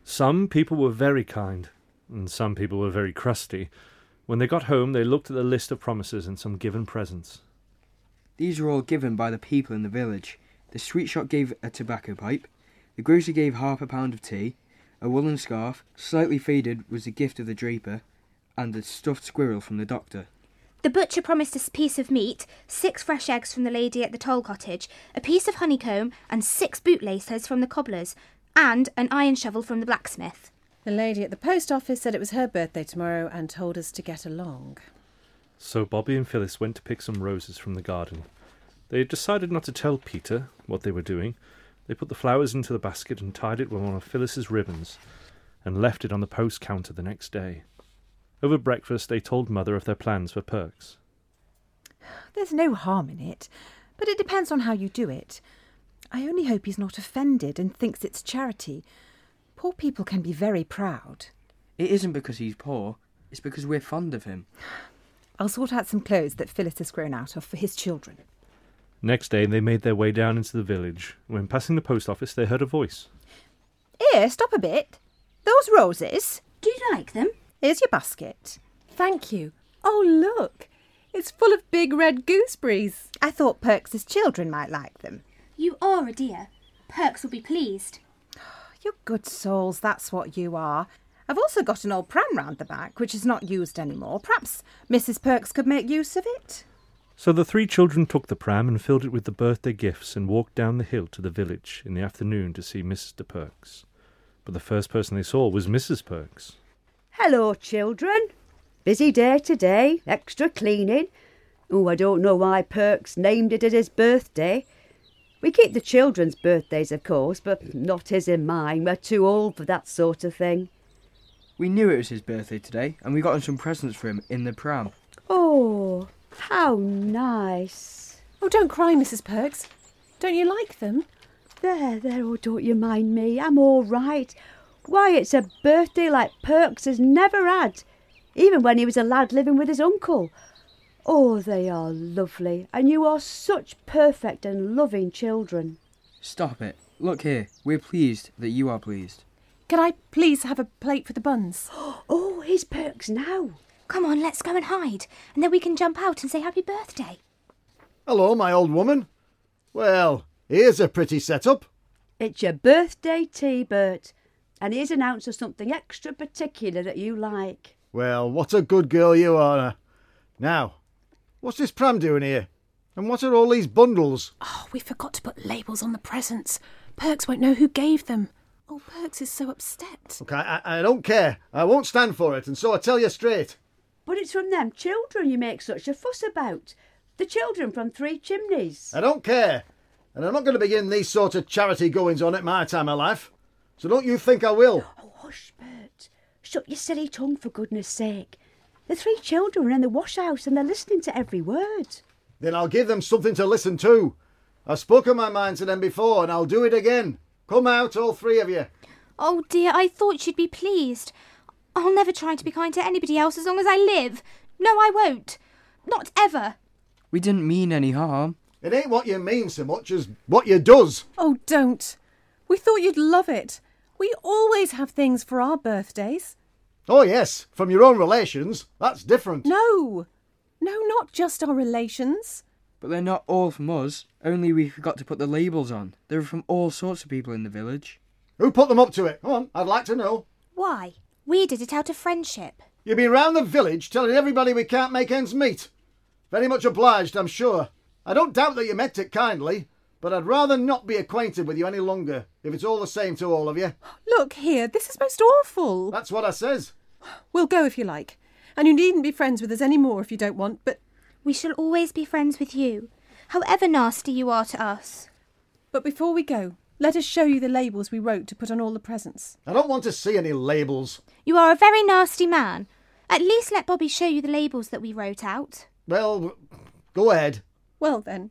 [SPEAKER 2] Some people were very kind, and some people were very crusty. When they got home, they looked at the list of promises and some given presents.
[SPEAKER 8] These were all given by the people in the village. The sweet shop gave a tobacco pipe, the grocer gave half a pound of tea, a woolen scarf, slightly faded, was the gift of the draper, and a stuffed squirrel from the doctor.
[SPEAKER 6] The butcher promised a piece of meat, six fresh eggs from the lady at the toll cottage, a piece of honeycomb, and six bootlaces from the cobbler's, and an iron shovel from the blacksmith.
[SPEAKER 5] The lady at the post office said it was her birthday tomorrow and told us to get along.
[SPEAKER 2] So Bobby and Phyllis went to pick some roses from the garden. They had decided not to tell Peter what they were doing. They put the flowers into the basket and tied it with one of Phyllis's ribbons and left it on the post counter the next day. Over breakfast, they told Mother of their plans for perks.
[SPEAKER 7] There's no harm in it, but it depends on how you do it. I only hope he's not offended and thinks it's charity. Poor people can be very proud.
[SPEAKER 8] It isn't because he's poor, it's because we're fond of him.
[SPEAKER 7] I'll sort out some clothes that Phyllis has grown out of for his children.
[SPEAKER 2] Next day, they made their way down into the village. When passing the post office, they heard a voice.
[SPEAKER 11] Here, stop a bit. Those roses.
[SPEAKER 6] Do you like them?
[SPEAKER 11] Here's your basket.
[SPEAKER 5] Thank you. Oh, look! It's full of big red gooseberries.
[SPEAKER 11] I thought Perks's children might like them.
[SPEAKER 6] You are a dear. Perks will be pleased.
[SPEAKER 11] You're good souls, that's what you are. I've also got an old pram round the back, which is not used anymore. Perhaps Mrs. Perks could make use of it.
[SPEAKER 2] So the three children took the pram and filled it with the birthday gifts and walked down the hill to the village in the afternoon to see Mr. Perks. But the first person they saw was Mrs. Perks.
[SPEAKER 4] Hello, children. Busy day today, extra cleaning. Oh, I don't know why Perks named it as his birthday. We keep the children's birthdays, of course, but not his and mine. We're too old for that sort of thing.
[SPEAKER 8] We knew it was his birthday today, and we got him some presents for him in the pram.
[SPEAKER 4] Oh, how nice.
[SPEAKER 5] Oh, don't cry, Mrs. Perks. Don't you like them?
[SPEAKER 4] There, there, oh, don't you mind me. I'm all right. Why, it's a birthday like Perks has never had, even when he was a lad living with his uncle. Oh, they are lovely, and you are such perfect and loving children.
[SPEAKER 8] Stop it. Look here, we're pleased that you are pleased.
[SPEAKER 5] Can I please have a plate for the
[SPEAKER 6] <gasps>
[SPEAKER 5] buns?
[SPEAKER 4] Oh, here's Perks now.
[SPEAKER 6] Come on, let's go and hide, and then we can jump out and say happy birthday.
[SPEAKER 9] Hello, my old woman. Well, here's a pretty setup.
[SPEAKER 4] It's your birthday tea, Bert, and here's an ounce of something extra particular that you like.
[SPEAKER 9] Well, what a good girl you are. eh? Now, what's this pram doing here? And what are all these bundles?
[SPEAKER 5] Oh, we forgot to put labels on the presents. Perks won't know who gave them. Oh, Perks is so upset.
[SPEAKER 9] Look, I, I, I don't care. I won't stand for it, and so I tell you straight.
[SPEAKER 4] But it's from them children you make such a fuss about. The children from Three Chimneys.
[SPEAKER 9] I don't care. And I'm not going to begin these sort of charity goings on at my time of life. So don't you think I will.
[SPEAKER 4] Oh, hush, Bert. Shut your silly tongue, for goodness sake. The three children are in the wash house and they're listening to every word.
[SPEAKER 9] Then I'll give them something to listen to. I've spoken my mind to them before, and I'll do it again. Come out, all three of you.
[SPEAKER 6] Oh dear, I thought you'd be pleased. I'll never try to be kind to anybody else as long as I live. No, I won't. Not ever.
[SPEAKER 8] We didn't mean any harm.
[SPEAKER 9] It ain't what you mean so much as what you does.
[SPEAKER 5] Oh, don't. We thought you'd love it. We always have things for our birthdays.
[SPEAKER 9] Oh, yes, from your own relations. That's different.
[SPEAKER 5] No, no, not just our relations.
[SPEAKER 8] But they're not all from us, only we forgot to put the labels on. They're from all sorts of people in the village.
[SPEAKER 9] Who put them up to it? Come on, I'd like to know.
[SPEAKER 6] Why? We did it out of friendship.
[SPEAKER 9] You've been round the village telling everybody we can't make ends meet. Very much obliged, I'm sure. I don't doubt that you meant it kindly, but I'd rather not be acquainted with you any longer, if it's all the same to all of you.
[SPEAKER 5] Look here, this is most awful.
[SPEAKER 9] That's what I says.
[SPEAKER 5] We'll go if you like. And you needn't be friends with us any more if you don't want, but
[SPEAKER 6] We shall always be friends with you, however nasty you are to us.
[SPEAKER 5] but before we go, let us show you the labels we wrote to put on all the presents.
[SPEAKER 9] I don't want to see any labels.
[SPEAKER 6] You are a very nasty man. At least let Bobby show you the labels that we wrote out.
[SPEAKER 9] Well, go ahead.
[SPEAKER 5] Well then,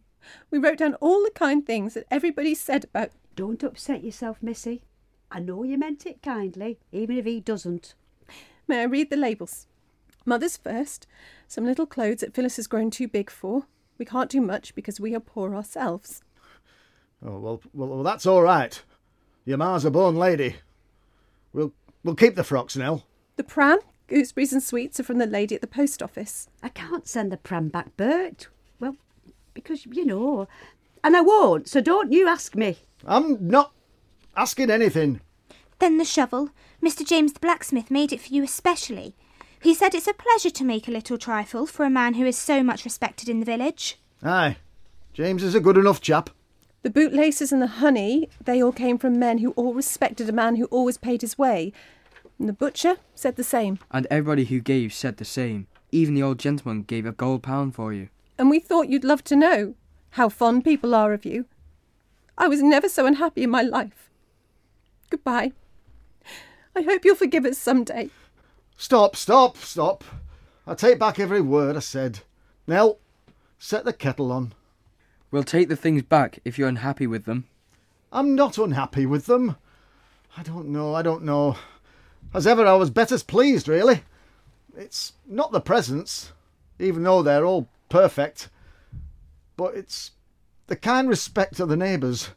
[SPEAKER 5] we wrote down all the kind things that everybody said about
[SPEAKER 4] Don't upset yourself, Missy. I know you meant it kindly, even if he doesn't.
[SPEAKER 5] May I read the labels? Mother's first, some little clothes that Phyllis has grown too big for. We can't do much because we are poor ourselves.
[SPEAKER 9] Oh well, well, well that's all right. Your ma's a born lady. We'll we'll keep the frocks, Nell.
[SPEAKER 5] The pram, gooseberries, and sweets are from the lady at the post office.
[SPEAKER 4] I can't send the pram back, Bert. Well, because, you know, and I won't, so don't you ask me.
[SPEAKER 9] I'm not asking anything.
[SPEAKER 6] Then the shovel. Mr. James the blacksmith made it for you especially. He said it's a pleasure to make a little trifle for a man who is so much respected in the village.
[SPEAKER 9] Aye, James is a good enough chap.
[SPEAKER 5] The bootlaces and the honey, they all came from men who all respected a man who always paid his way. And the butcher said the same.
[SPEAKER 8] And everybody who gave said the same. Even the old gentleman gave a gold pound for you.
[SPEAKER 5] And we thought you'd love to know how fond people are of you. I was never so unhappy in my life. Goodbye. I hope you'll forgive us some day.
[SPEAKER 9] Stop, stop, stop. I take back every word I said. Nell, set the kettle on.
[SPEAKER 8] We'll take the things back if you're unhappy with them.
[SPEAKER 9] I'm not unhappy with them. I don't know, I don't know. As ever, I was better pleased, really. It's not the presents, even though they're all perfect, but it's the kind respect of the neighbours.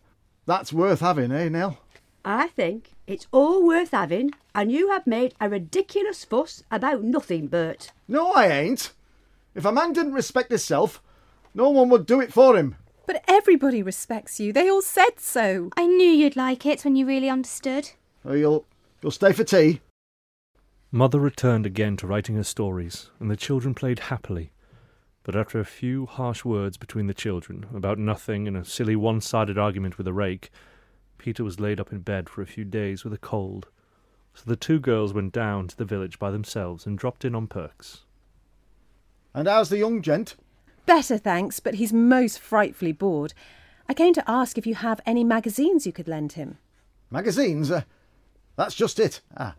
[SPEAKER 9] That's worth having, eh, Nell?
[SPEAKER 4] I think it's all worth having, and you have made a ridiculous fuss about nothing, Bert.
[SPEAKER 9] No, I ain't. If a man didn't respect himself, no one would do it for him.
[SPEAKER 5] But everybody respects you. They all said so.
[SPEAKER 6] I knew you'd like it when you really understood.
[SPEAKER 9] Oh, you'll you'll stay for tea.
[SPEAKER 2] Mother returned again to writing her stories, and the children played happily. But after a few harsh words between the children about nothing and a silly one sided argument with a rake, Peter was laid up in bed for a few days with a cold. So the two girls went down to the village by themselves and dropped in on Perks.
[SPEAKER 9] And how's the young gent?
[SPEAKER 5] Better, thanks, but he's most frightfully bored. I came to ask if you have any magazines you could lend him.
[SPEAKER 9] Magazines? Uh, that's just it. Ah,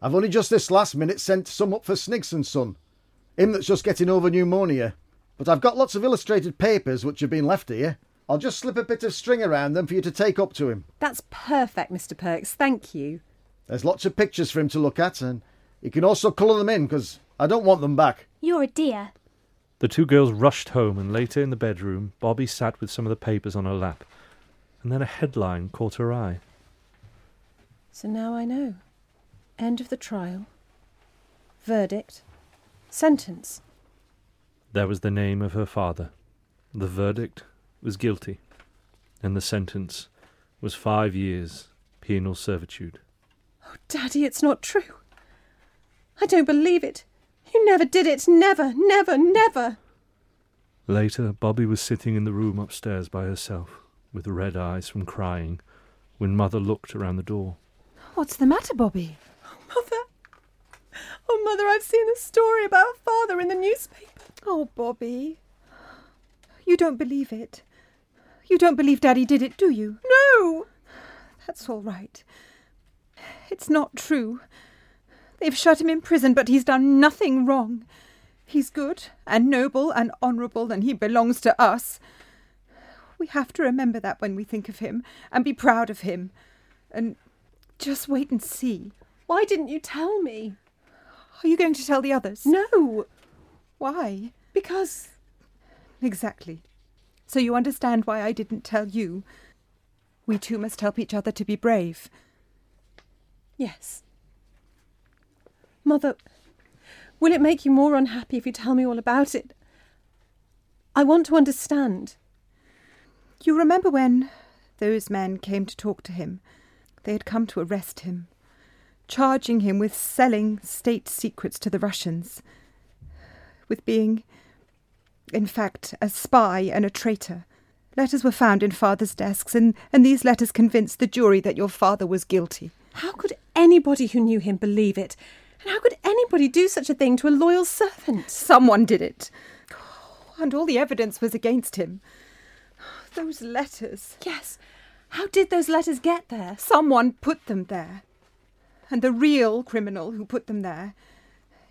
[SPEAKER 9] I've only just this last minute sent some up for Snigson's son, him that's just getting over pneumonia. But I've got lots of illustrated papers which have been left here. I'll just slip a bit of string around them for you to take up to him.
[SPEAKER 5] That's perfect, Mr. Perks. Thank you.
[SPEAKER 9] There's lots of pictures for him to look at, and he can also colour them in because I don't want them back.
[SPEAKER 6] You're a dear.
[SPEAKER 2] The two girls rushed home, and later in the bedroom, Bobby sat with some of the papers on her lap, and then a headline caught her eye.
[SPEAKER 5] So now I know. End of the trial. Verdict. Sentence.
[SPEAKER 2] There was the name of her father. The verdict was guilty, and the sentence was five years penal servitude.
[SPEAKER 5] Oh, Daddy, it's not true. I don't believe it. You never did it. Never, never, never.
[SPEAKER 2] Later, Bobby was sitting in the room upstairs by herself, with red eyes from crying, when Mother looked around the door.
[SPEAKER 7] What's the matter, Bobby?
[SPEAKER 5] Oh, Mother. Oh, Mother, I've seen the story about Father in the newspaper.
[SPEAKER 7] Oh, Bobby. You don't believe it. You don't believe Daddy did it, do you?
[SPEAKER 5] No!
[SPEAKER 7] That's all right. It's not true. They've shut him in prison, but he's done nothing wrong. He's good and noble and honourable, and he belongs to us. We have to remember that when we think of him and be proud of him. And just wait and see.
[SPEAKER 5] Why didn't you tell me?
[SPEAKER 7] Are you going to tell the others?
[SPEAKER 5] No!
[SPEAKER 7] Why?
[SPEAKER 5] Because.
[SPEAKER 7] Exactly. So you understand why I didn't tell you. We two must help each other to be brave.
[SPEAKER 5] Yes. Mother, will it make you more unhappy if you tell me all about it? I want to understand.
[SPEAKER 7] You remember when those men came to talk to him? They had come to arrest him, charging him with selling state secrets to the Russians, with being, in fact, a spy and a traitor. Letters were found in father's desks, and, and these letters convinced the jury that your father was guilty.
[SPEAKER 5] How could anybody who knew him believe it? And how could anybody do such a thing to a loyal servant?
[SPEAKER 7] Someone did it. <sighs> And all the evidence was against him. <gasps> Those letters.
[SPEAKER 5] Yes. How did those letters get there?
[SPEAKER 7] Someone put them there. And the real criminal who put them there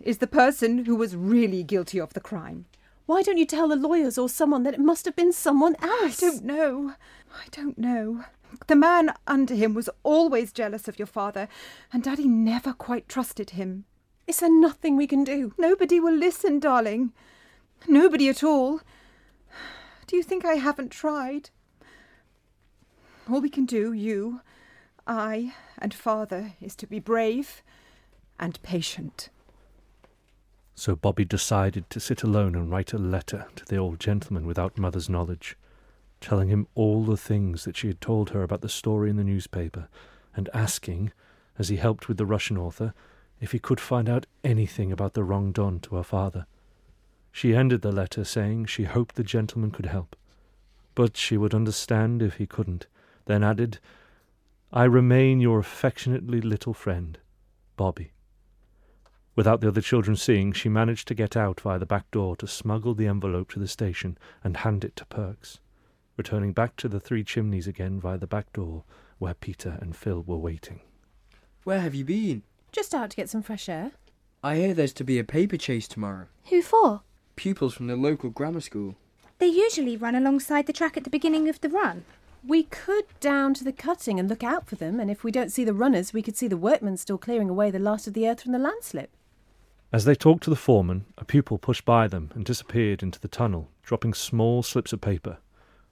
[SPEAKER 7] is the person who was really guilty of the crime.
[SPEAKER 5] Why don't you tell the lawyers or someone that it must have been someone
[SPEAKER 7] I
[SPEAKER 5] else?
[SPEAKER 7] don't know. I don't know. The man under him was always jealous of your father, and Daddy never quite trusted him.
[SPEAKER 5] Is there nothing we can do?
[SPEAKER 7] Nobody will listen, darling. Nobody at all. Do you think I haven't tried? All we can do, you, I, and Father, is to be brave and patient.
[SPEAKER 2] So Bobby decided to sit alone and write a letter to the old gentleman without Mother's knowledge, telling him all the things that she had told her about the story in the newspaper, and asking, as he helped with the Russian author, if he could find out anything about the wrong done to her father. She ended the letter saying she hoped the gentleman could help, but she would understand if he couldn't, then added, I remain your affectionately little friend, Bobby. Without the other children seeing, she managed to get out via the back door to smuggle the envelope to the station and hand it to Perks, returning back to the Three Chimneys again via the back door where Peter and Phil were waiting.
[SPEAKER 8] Where have you been?
[SPEAKER 5] Just out to get some fresh air.
[SPEAKER 8] I hear there's to be a paper chase tomorrow.
[SPEAKER 6] Who for?
[SPEAKER 8] Pupils from the local grammar school.
[SPEAKER 6] They usually run alongside the track at the beginning of the run.
[SPEAKER 5] We could down to the cutting and look out for them, and if we don't see the runners, we could see the workmen still clearing away the last of the earth from the landslip.
[SPEAKER 2] As they talked to the foreman, a pupil pushed by them and disappeared into the tunnel, dropping small slips of paper.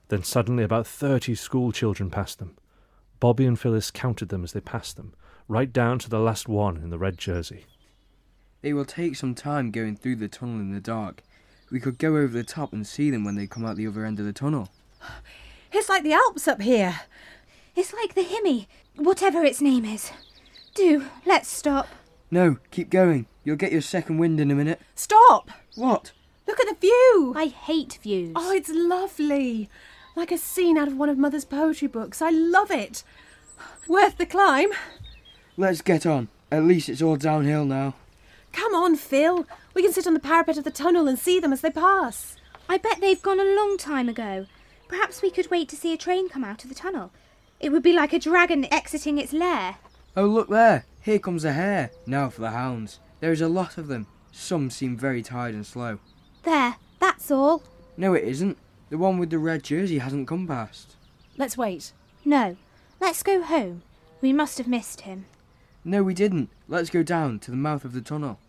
[SPEAKER 2] Then suddenly about thirty school children passed them. Bobby and Phyllis counted them as they passed them, right down to the last one in the red jersey.
[SPEAKER 8] It will take some time going through the tunnel in the dark. We could go over the top and see them when they come out the other end of the tunnel.
[SPEAKER 5] It's like the Alps up here.
[SPEAKER 6] It's like the Himmy, whatever its name is. Do, let's stop.
[SPEAKER 8] No, keep going. You'll get your second wind in a minute.
[SPEAKER 5] Stop!
[SPEAKER 8] What?
[SPEAKER 5] Look at the view!
[SPEAKER 6] I hate views.
[SPEAKER 5] Oh, it's lovely. Like a scene out of one of Mother's poetry books. I love it. Worth the climb.
[SPEAKER 8] Let's get on. At least it's all downhill now.
[SPEAKER 5] Come on, Phil. We can sit on the parapet of the tunnel and see them as they pass.
[SPEAKER 6] I bet they've gone a long time ago. Perhaps we could wait to see a train come out of the tunnel. It would be like a dragon exiting its lair.
[SPEAKER 8] Oh, look there. Here comes a hare. Now for the hounds. There is a lot of them. Some seem very tired and slow.
[SPEAKER 6] There, that's all.
[SPEAKER 8] No, it isn't. The one with the red jersey hasn't come past.
[SPEAKER 5] Let's wait.
[SPEAKER 6] No, let's go home. We must have missed him.
[SPEAKER 8] No, we didn't. Let's go down to the mouth of the tunnel.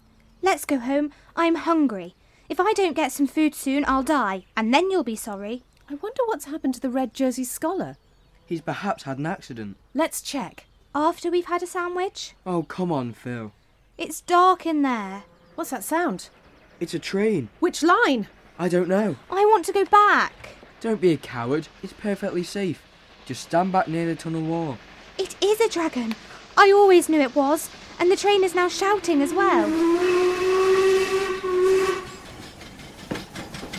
[SPEAKER 6] Let's go home. I'm hungry. If I don't get some food soon, I'll die, and then you'll be sorry.
[SPEAKER 5] I wonder what's happened to the red jersey scholar.
[SPEAKER 8] He's perhaps had an accident.
[SPEAKER 5] Let's check.
[SPEAKER 6] After we've had a sandwich?
[SPEAKER 8] Oh, come on, Phil.
[SPEAKER 6] It's dark in there.
[SPEAKER 5] What's that sound?
[SPEAKER 8] It's a train.
[SPEAKER 5] Which line?
[SPEAKER 8] I don't know.
[SPEAKER 6] I want to go back.
[SPEAKER 8] Don't be a coward. It's perfectly safe. Just stand back near the tunnel wall.
[SPEAKER 6] It is a dragon. I always knew it was, and the train is now shouting as well.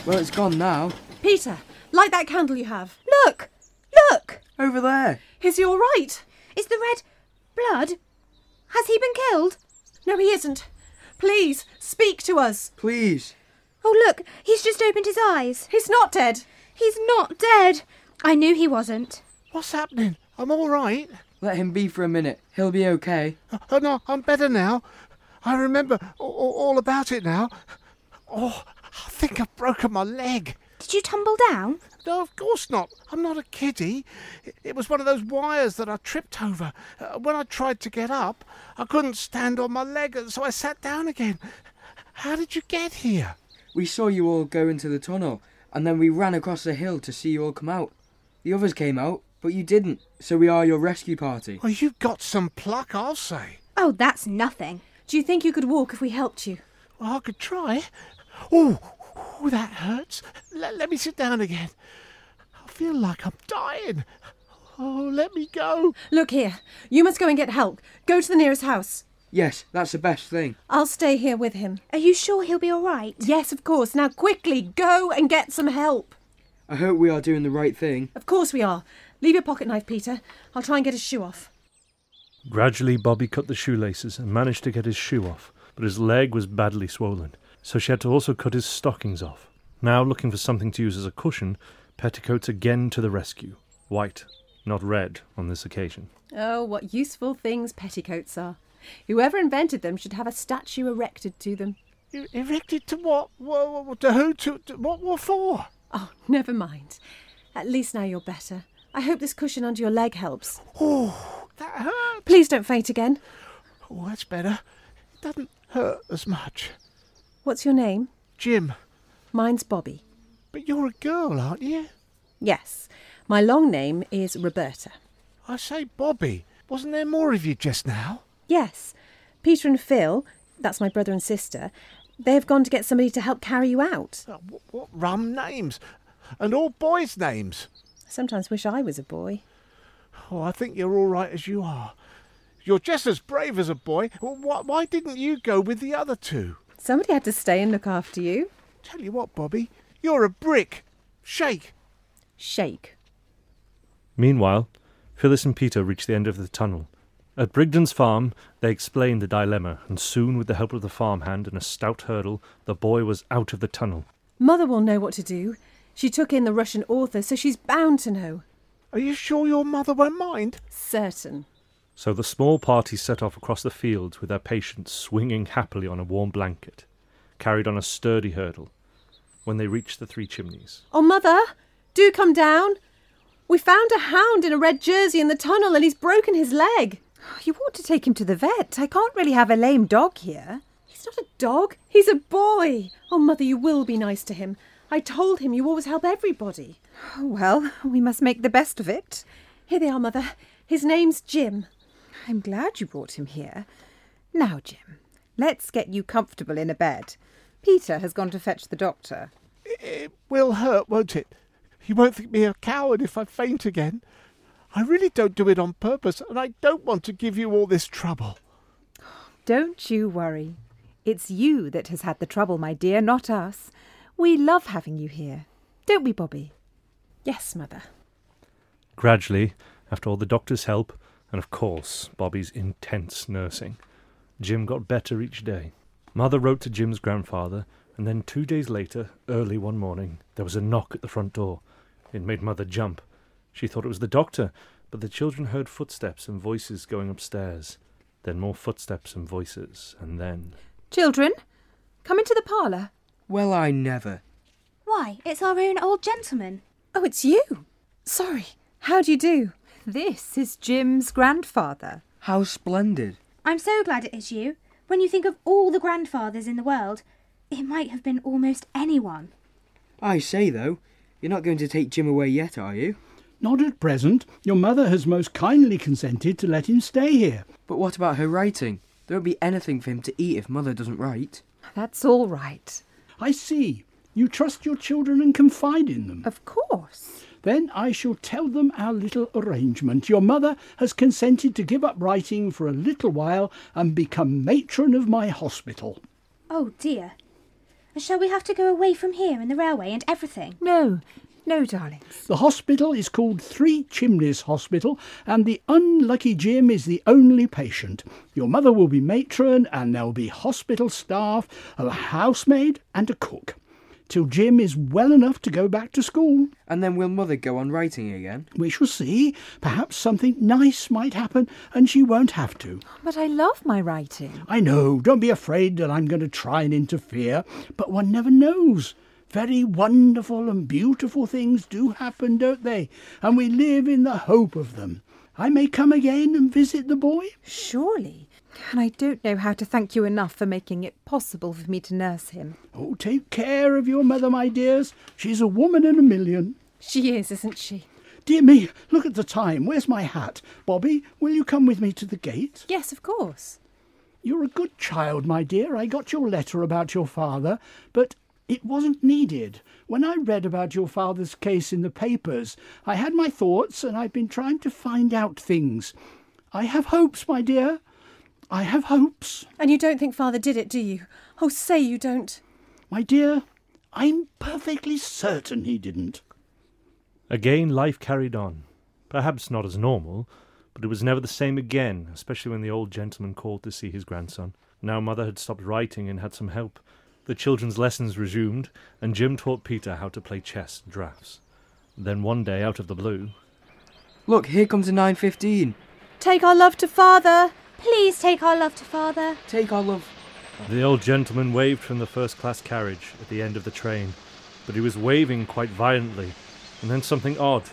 [SPEAKER 8] Well, it's gone now.
[SPEAKER 5] Peter, light that candle you have.
[SPEAKER 6] Look! Look!
[SPEAKER 8] Over there.
[SPEAKER 5] Is he all right?
[SPEAKER 6] Is the red blood? Has he been killed?
[SPEAKER 5] No, he isn't. Please, speak to us.
[SPEAKER 8] Please.
[SPEAKER 6] Oh, look, he's just opened his eyes.
[SPEAKER 5] He's not dead.
[SPEAKER 6] He's not dead. I knew he wasn't.
[SPEAKER 1] What's happening? I'm all right.
[SPEAKER 8] Let him be for a minute. He'll be okay.
[SPEAKER 1] Oh, no, I'm better now. I remember a- a- all about it now. Oh, I think I've broken my leg.
[SPEAKER 6] Did you tumble down?
[SPEAKER 1] No, of course not. I'm not a kiddie. It- It was one of those wires that I tripped over. Uh, When I tried to get up, I couldn't stand on my leg, and so I sat down again. How did you get here?
[SPEAKER 8] We saw you all go into the tunnel, and then we ran across the hill to see you all come out. The others came out, but you didn't, so we are your rescue party.
[SPEAKER 1] Well, you've got some pluck, I'll say.
[SPEAKER 6] Oh, that's nothing.
[SPEAKER 5] Do you think you could walk if we helped you?
[SPEAKER 1] Well, I could try. Oh, oh that hurts. Let, let me sit down again. I feel like I'm dying. Oh, let me go.
[SPEAKER 5] Look here. You must go and get help. Go to the nearest house.
[SPEAKER 8] Yes, that's the best thing.
[SPEAKER 5] I'll stay here with him.
[SPEAKER 6] Are you sure he'll be all right?
[SPEAKER 5] Yes, of course. Now, quickly, go and get some help.
[SPEAKER 8] I hope we are doing the right thing.
[SPEAKER 5] Of course we are. Leave your pocket knife, Peter. I'll try and get his shoe off.
[SPEAKER 2] Gradually, Bobby cut the shoelaces and managed to get his shoe off, but his leg was badly swollen, so she had to also cut his stockings off. Now, looking for something to use as a cushion, Petticoats again to the rescue. White, not red, on this occasion.
[SPEAKER 5] Oh, what useful things petticoats are. Whoever invented them should have a statue erected to them.
[SPEAKER 1] You E-, erected to what? Wha- wha- To who? To, to what? What for?
[SPEAKER 5] Oh, never mind. At least now you're better. I hope this cushion under your leg helps.
[SPEAKER 1] Oh, that hurt.
[SPEAKER 5] Please don't faint again.
[SPEAKER 1] Oh, that's better. It doesn't hurt as much.
[SPEAKER 5] What's your name?
[SPEAKER 1] Jim,
[SPEAKER 5] Mine's Bobby.
[SPEAKER 1] but you're a girl, aren't you?
[SPEAKER 5] Yes, my long name is Roberta.
[SPEAKER 1] I say, Bobby, wasn't there more of you just now?
[SPEAKER 5] Yes, Peter and Phil, that's my brother and sister, They've gone to get somebody to help carry you out.
[SPEAKER 1] Oh. What rum names? And all boys' names.
[SPEAKER 5] I sometimes wish I was a boy.
[SPEAKER 1] Oh, I think you're all right as you are. You're just as brave as a boy. Well, wh- why didn't you go with the other two?
[SPEAKER 5] Somebody had to stay and look after you.
[SPEAKER 1] Tell you what, Bobby, you're a brick. Shake.
[SPEAKER 5] Shake.
[SPEAKER 2] Meanwhile, Phyllis and Peter reach the end of the tunnel. At Brigden's farm, they explain the dilemma, and soon, with the help of the farmhand and a stout hurdle, the boy was out of the tunnel.
[SPEAKER 5] Mother will know what to do. She took in the Russian author, so she's bound to know.
[SPEAKER 1] Are you sure your mother won't mind?
[SPEAKER 5] Certain.
[SPEAKER 2] So the small party set off across the fields with their patient swinging happily on a warm blanket, carried on a sturdy hurdle, when they reached the three chimneys.
[SPEAKER 5] Oh, Mother, do come down. We found a hound in a red jersey in the tunnel and he's broken his leg.
[SPEAKER 11] You ought to take him to the vet. I can't really have a lame dog here.
[SPEAKER 5] He's not a dog, he's a boy. Oh, Mother, you will be nice to him. I told him you always help everybody.
[SPEAKER 11] Oh, well, we must make the best of it.
[SPEAKER 5] Here they are, Mother. His name's Jim.
[SPEAKER 11] I'm glad you brought him here. Now, Jim, let's get you comfortable in a bed. Peter has gone to fetch the doctor.
[SPEAKER 1] It, it will hurt, won't it? You won't think me a coward if I faint again. I really don't do it on purpose, and I don't want to give you all this trouble.
[SPEAKER 11] Don't you worry. It's you that has had the trouble, my dear, not us. We love having you here. Don't we, Bobby?
[SPEAKER 5] Yes, Mother.
[SPEAKER 2] Gradually, after all the doctor's help, and of course Bobby's intense nursing, Jim got better each day. Mother wrote to Jim's grandfather, and then two days later, early one morning, there was a knock at the front door. It made Mother jump. She thought it was the doctor, but the children heard footsteps and voices going upstairs. Then more footsteps and voices, and then.
[SPEAKER 11] Children, come into the parlour.
[SPEAKER 8] Well, I never.
[SPEAKER 6] Why, it's our own old gentleman.
[SPEAKER 5] Oh, it's you! Sorry. How do you do?
[SPEAKER 11] This is Jim's grandfather.
[SPEAKER 8] How splendid.
[SPEAKER 6] I'm so glad it is you. When you think of all the grandfathers in the world, it might have been almost anyone.
[SPEAKER 8] I say, though, you're not going to take Jim away yet, are you?
[SPEAKER 10] Not at present. Your mother has most kindly consented to let him stay here.
[SPEAKER 8] But what about her writing? There won't be anything for him to eat if Mother doesn't write.
[SPEAKER 11] That's all right.
[SPEAKER 10] I see. You trust your children and confide in them.
[SPEAKER 11] Of course.
[SPEAKER 10] Then I shall tell them our little arrangement. Your mother has consented to give up writing for a little while and become matron of my hospital.
[SPEAKER 6] Oh dear. And shall we have to go away from here in the railway and everything?
[SPEAKER 11] No, no, darlings.
[SPEAKER 10] The hospital is called Three Chimneys Hospital, and the unlucky Jim is the only patient. Your mother will be matron, and there'll be hospital staff, a housemaid, and a cook. Till Jim is well enough to go back to school.
[SPEAKER 8] And then will Mother go on writing again?
[SPEAKER 10] We shall see. Perhaps something nice might happen, and she won't have to.
[SPEAKER 11] But I love my writing.
[SPEAKER 10] I know, don't be afraid that I'm going to try and interfere, but one never knows. Very wonderful and beautiful things do happen, don't they? And we live in the hope of them. I may come again and visit the boy?
[SPEAKER 11] Surely. And I don't know how to thank you enough for making it possible for me to nurse him.
[SPEAKER 10] Oh, take care of your mother, my dears. She's a woman in a million.
[SPEAKER 5] She is, isn't she?
[SPEAKER 10] Dear me, look at the time. Where's my hat? Bobby, will you come with me to the gate?
[SPEAKER 5] Yes, of course.
[SPEAKER 10] You're a good child, my dear. I got your letter about your father, but it wasn't needed. When I read about your father's case in the papers, I had my thoughts and I've been trying to find out things. I have hopes, my dear. I have hopes.
[SPEAKER 5] And you don't think Father did it, do you? Oh, say you don't.
[SPEAKER 10] My dear, I'm perfectly certain he didn't.
[SPEAKER 2] Again, life carried on. Perhaps not as normal, but it was never the same again, especially when the old gentleman called to see his grandson. Now Mother had stopped writing and had some help. The children's lessons resumed, and Jim taught Peter how to play chess and draughts. Then one day, out of the blue,
[SPEAKER 8] Look, here comes a 9.15.
[SPEAKER 5] Take our love to Father.
[SPEAKER 6] Please take our love to Father.
[SPEAKER 8] Take our love.
[SPEAKER 2] the old gentleman waved from the first class carriage at the end of the train, but he was waving quite violently, and then something odd.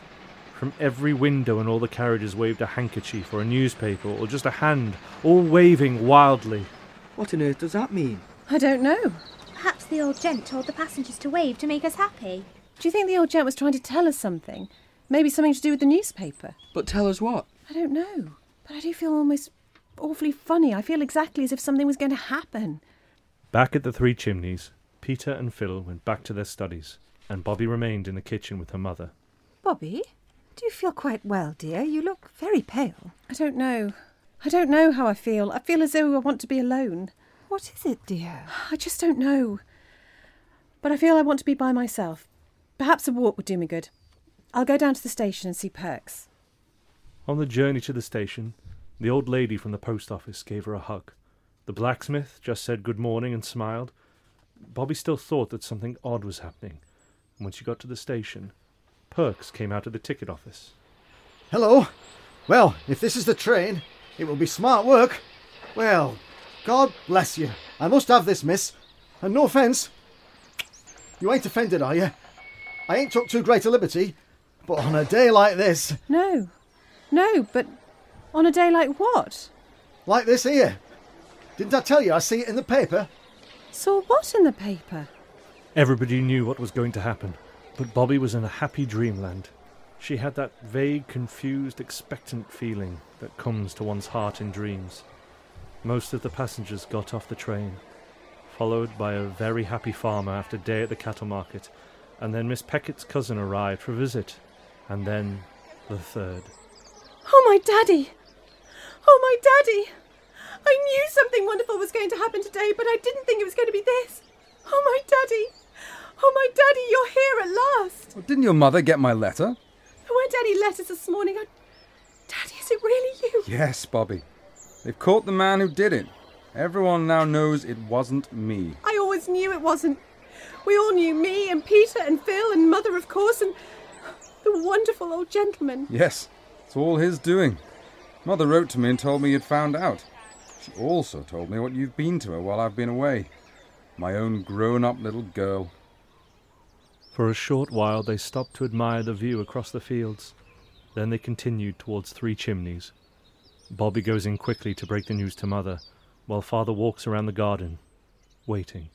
[SPEAKER 2] From every window in all the carriages waved a handkerchief or a newspaper or just a hand, all waving wildly.
[SPEAKER 8] What on earth does that mean?
[SPEAKER 5] I don't know.
[SPEAKER 6] Perhaps the old gent told the passengers to wave to make us happy.
[SPEAKER 5] Do you think the old gent was trying to tell us something? Maybe something to do with the newspaper?
[SPEAKER 8] But tell us what?
[SPEAKER 5] I don't know. But I do feel almost awfully funny. I feel exactly as if something was going to happen.
[SPEAKER 2] Back at the Three Chimneys, Peter and Phil went back to their studies, and Bobby remained in the kitchen with her mother.
[SPEAKER 11] Bobby, do you feel quite well, dear? You look very pale.
[SPEAKER 5] I don't know. I don't know how I feel. I feel as though I want to be alone.
[SPEAKER 11] What is it, dear?
[SPEAKER 5] I just don't know. But I feel I want to be by myself. Perhaps a walk would do me good. I'll go down to the station and see Perks.
[SPEAKER 2] On the journey to the station, the old lady from the post office gave her a hug. The blacksmith just said good morning and smiled. Bobby still thought that something odd was happening, and when she got to the station, Perks came out of the ticket office.
[SPEAKER 9] Hello? Well, if this is the train, it will be smart work. Well, God bless you. I must have this, miss. And no offence. You ain't offended, are you? I ain't took too great a liberty, but on a day like this,
[SPEAKER 5] No. No, but on a day like what?
[SPEAKER 9] like this here, didn't I tell you I see it in the paper?
[SPEAKER 5] Saw what in the paper?
[SPEAKER 2] Everybody knew what was going to happen, but Bobby was in a happy dreamland. She had that vague, confused, expectant feeling that comes to one's heart in dreams. Most of the passengers got off the train, followed by a very happy farmer after day at the cattle market, and then Miss Peckett's cousin arrived for a visit, and then the third.
[SPEAKER 5] Oh, my daddy! Oh, my daddy! I knew something wonderful was going to happen today, but I didn't think it was going to be this. Oh, my daddy! Oh, my daddy, you're here at last!
[SPEAKER 3] Well, didn't your mother get my letter?
[SPEAKER 5] There weren't any letters this morning. I... Daddy, is it really you?
[SPEAKER 3] Yes, Bobby. They've caught the man who did it. Everyone now knows it wasn't me.
[SPEAKER 5] I always knew it wasn't. We all knew me and Peter and Phil and Mother, of course, and the wonderful old gentleman.
[SPEAKER 3] Yes, it's all his doing. Mother wrote to me and told me you'd found out. She also told me what you've been to her while I've been away. My own grown up little girl.
[SPEAKER 2] For a short while they stopped to admire the view across the fields. Then they continued towards Three Chimneys. Bobby goes in quickly to break the news to Mother, while Father walks around the garden, waiting.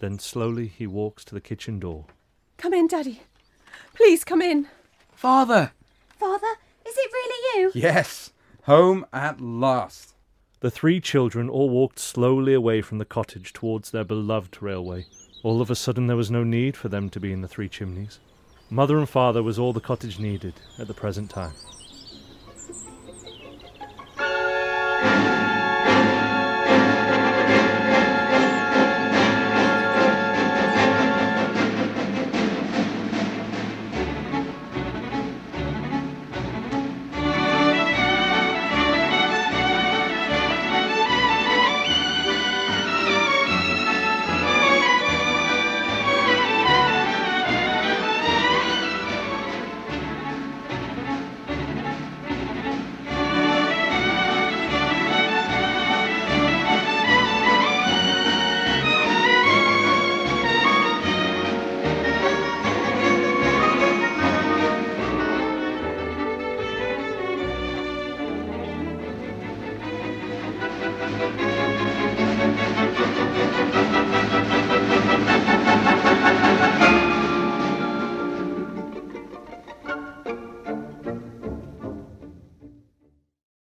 [SPEAKER 2] Then slowly he walks to the kitchen door.
[SPEAKER 5] Come in, Daddy. Please come in.
[SPEAKER 8] Father!
[SPEAKER 6] Father, is it really you?
[SPEAKER 3] Yes, home at last.
[SPEAKER 2] The three children all walked slowly away from the cottage towards their beloved railway. All of a sudden, there was no need for them to be in the Three Chimneys. Mother and father was all the cottage needed at the present time.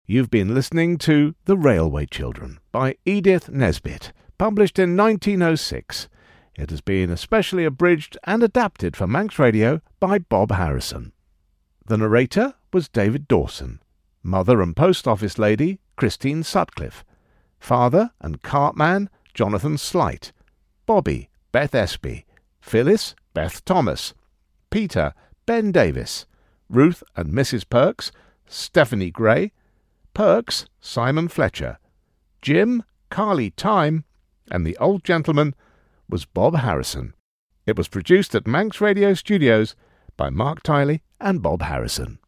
[SPEAKER 1] You've been listening to The Railway Children by Edith Nesbit, published in 1906. It has been especially abridged and adapted for Manx Radio by Bob Harrison. The narrator was David Dawson, mother and post office lady Christine Sutcliffe, father and cartman Jonathan Slight, Bobby Beth Espy, Phyllis Beth Thomas, Peter Ben Davis, Ruth and Mrs. Perks Stephanie Gray, Perks, Simon Fletcher, Jim, Carly Time, and the old gentleman was Bob Harrison. It was produced at Manx Radio Studios by Mark Tiley and Bob Harrison.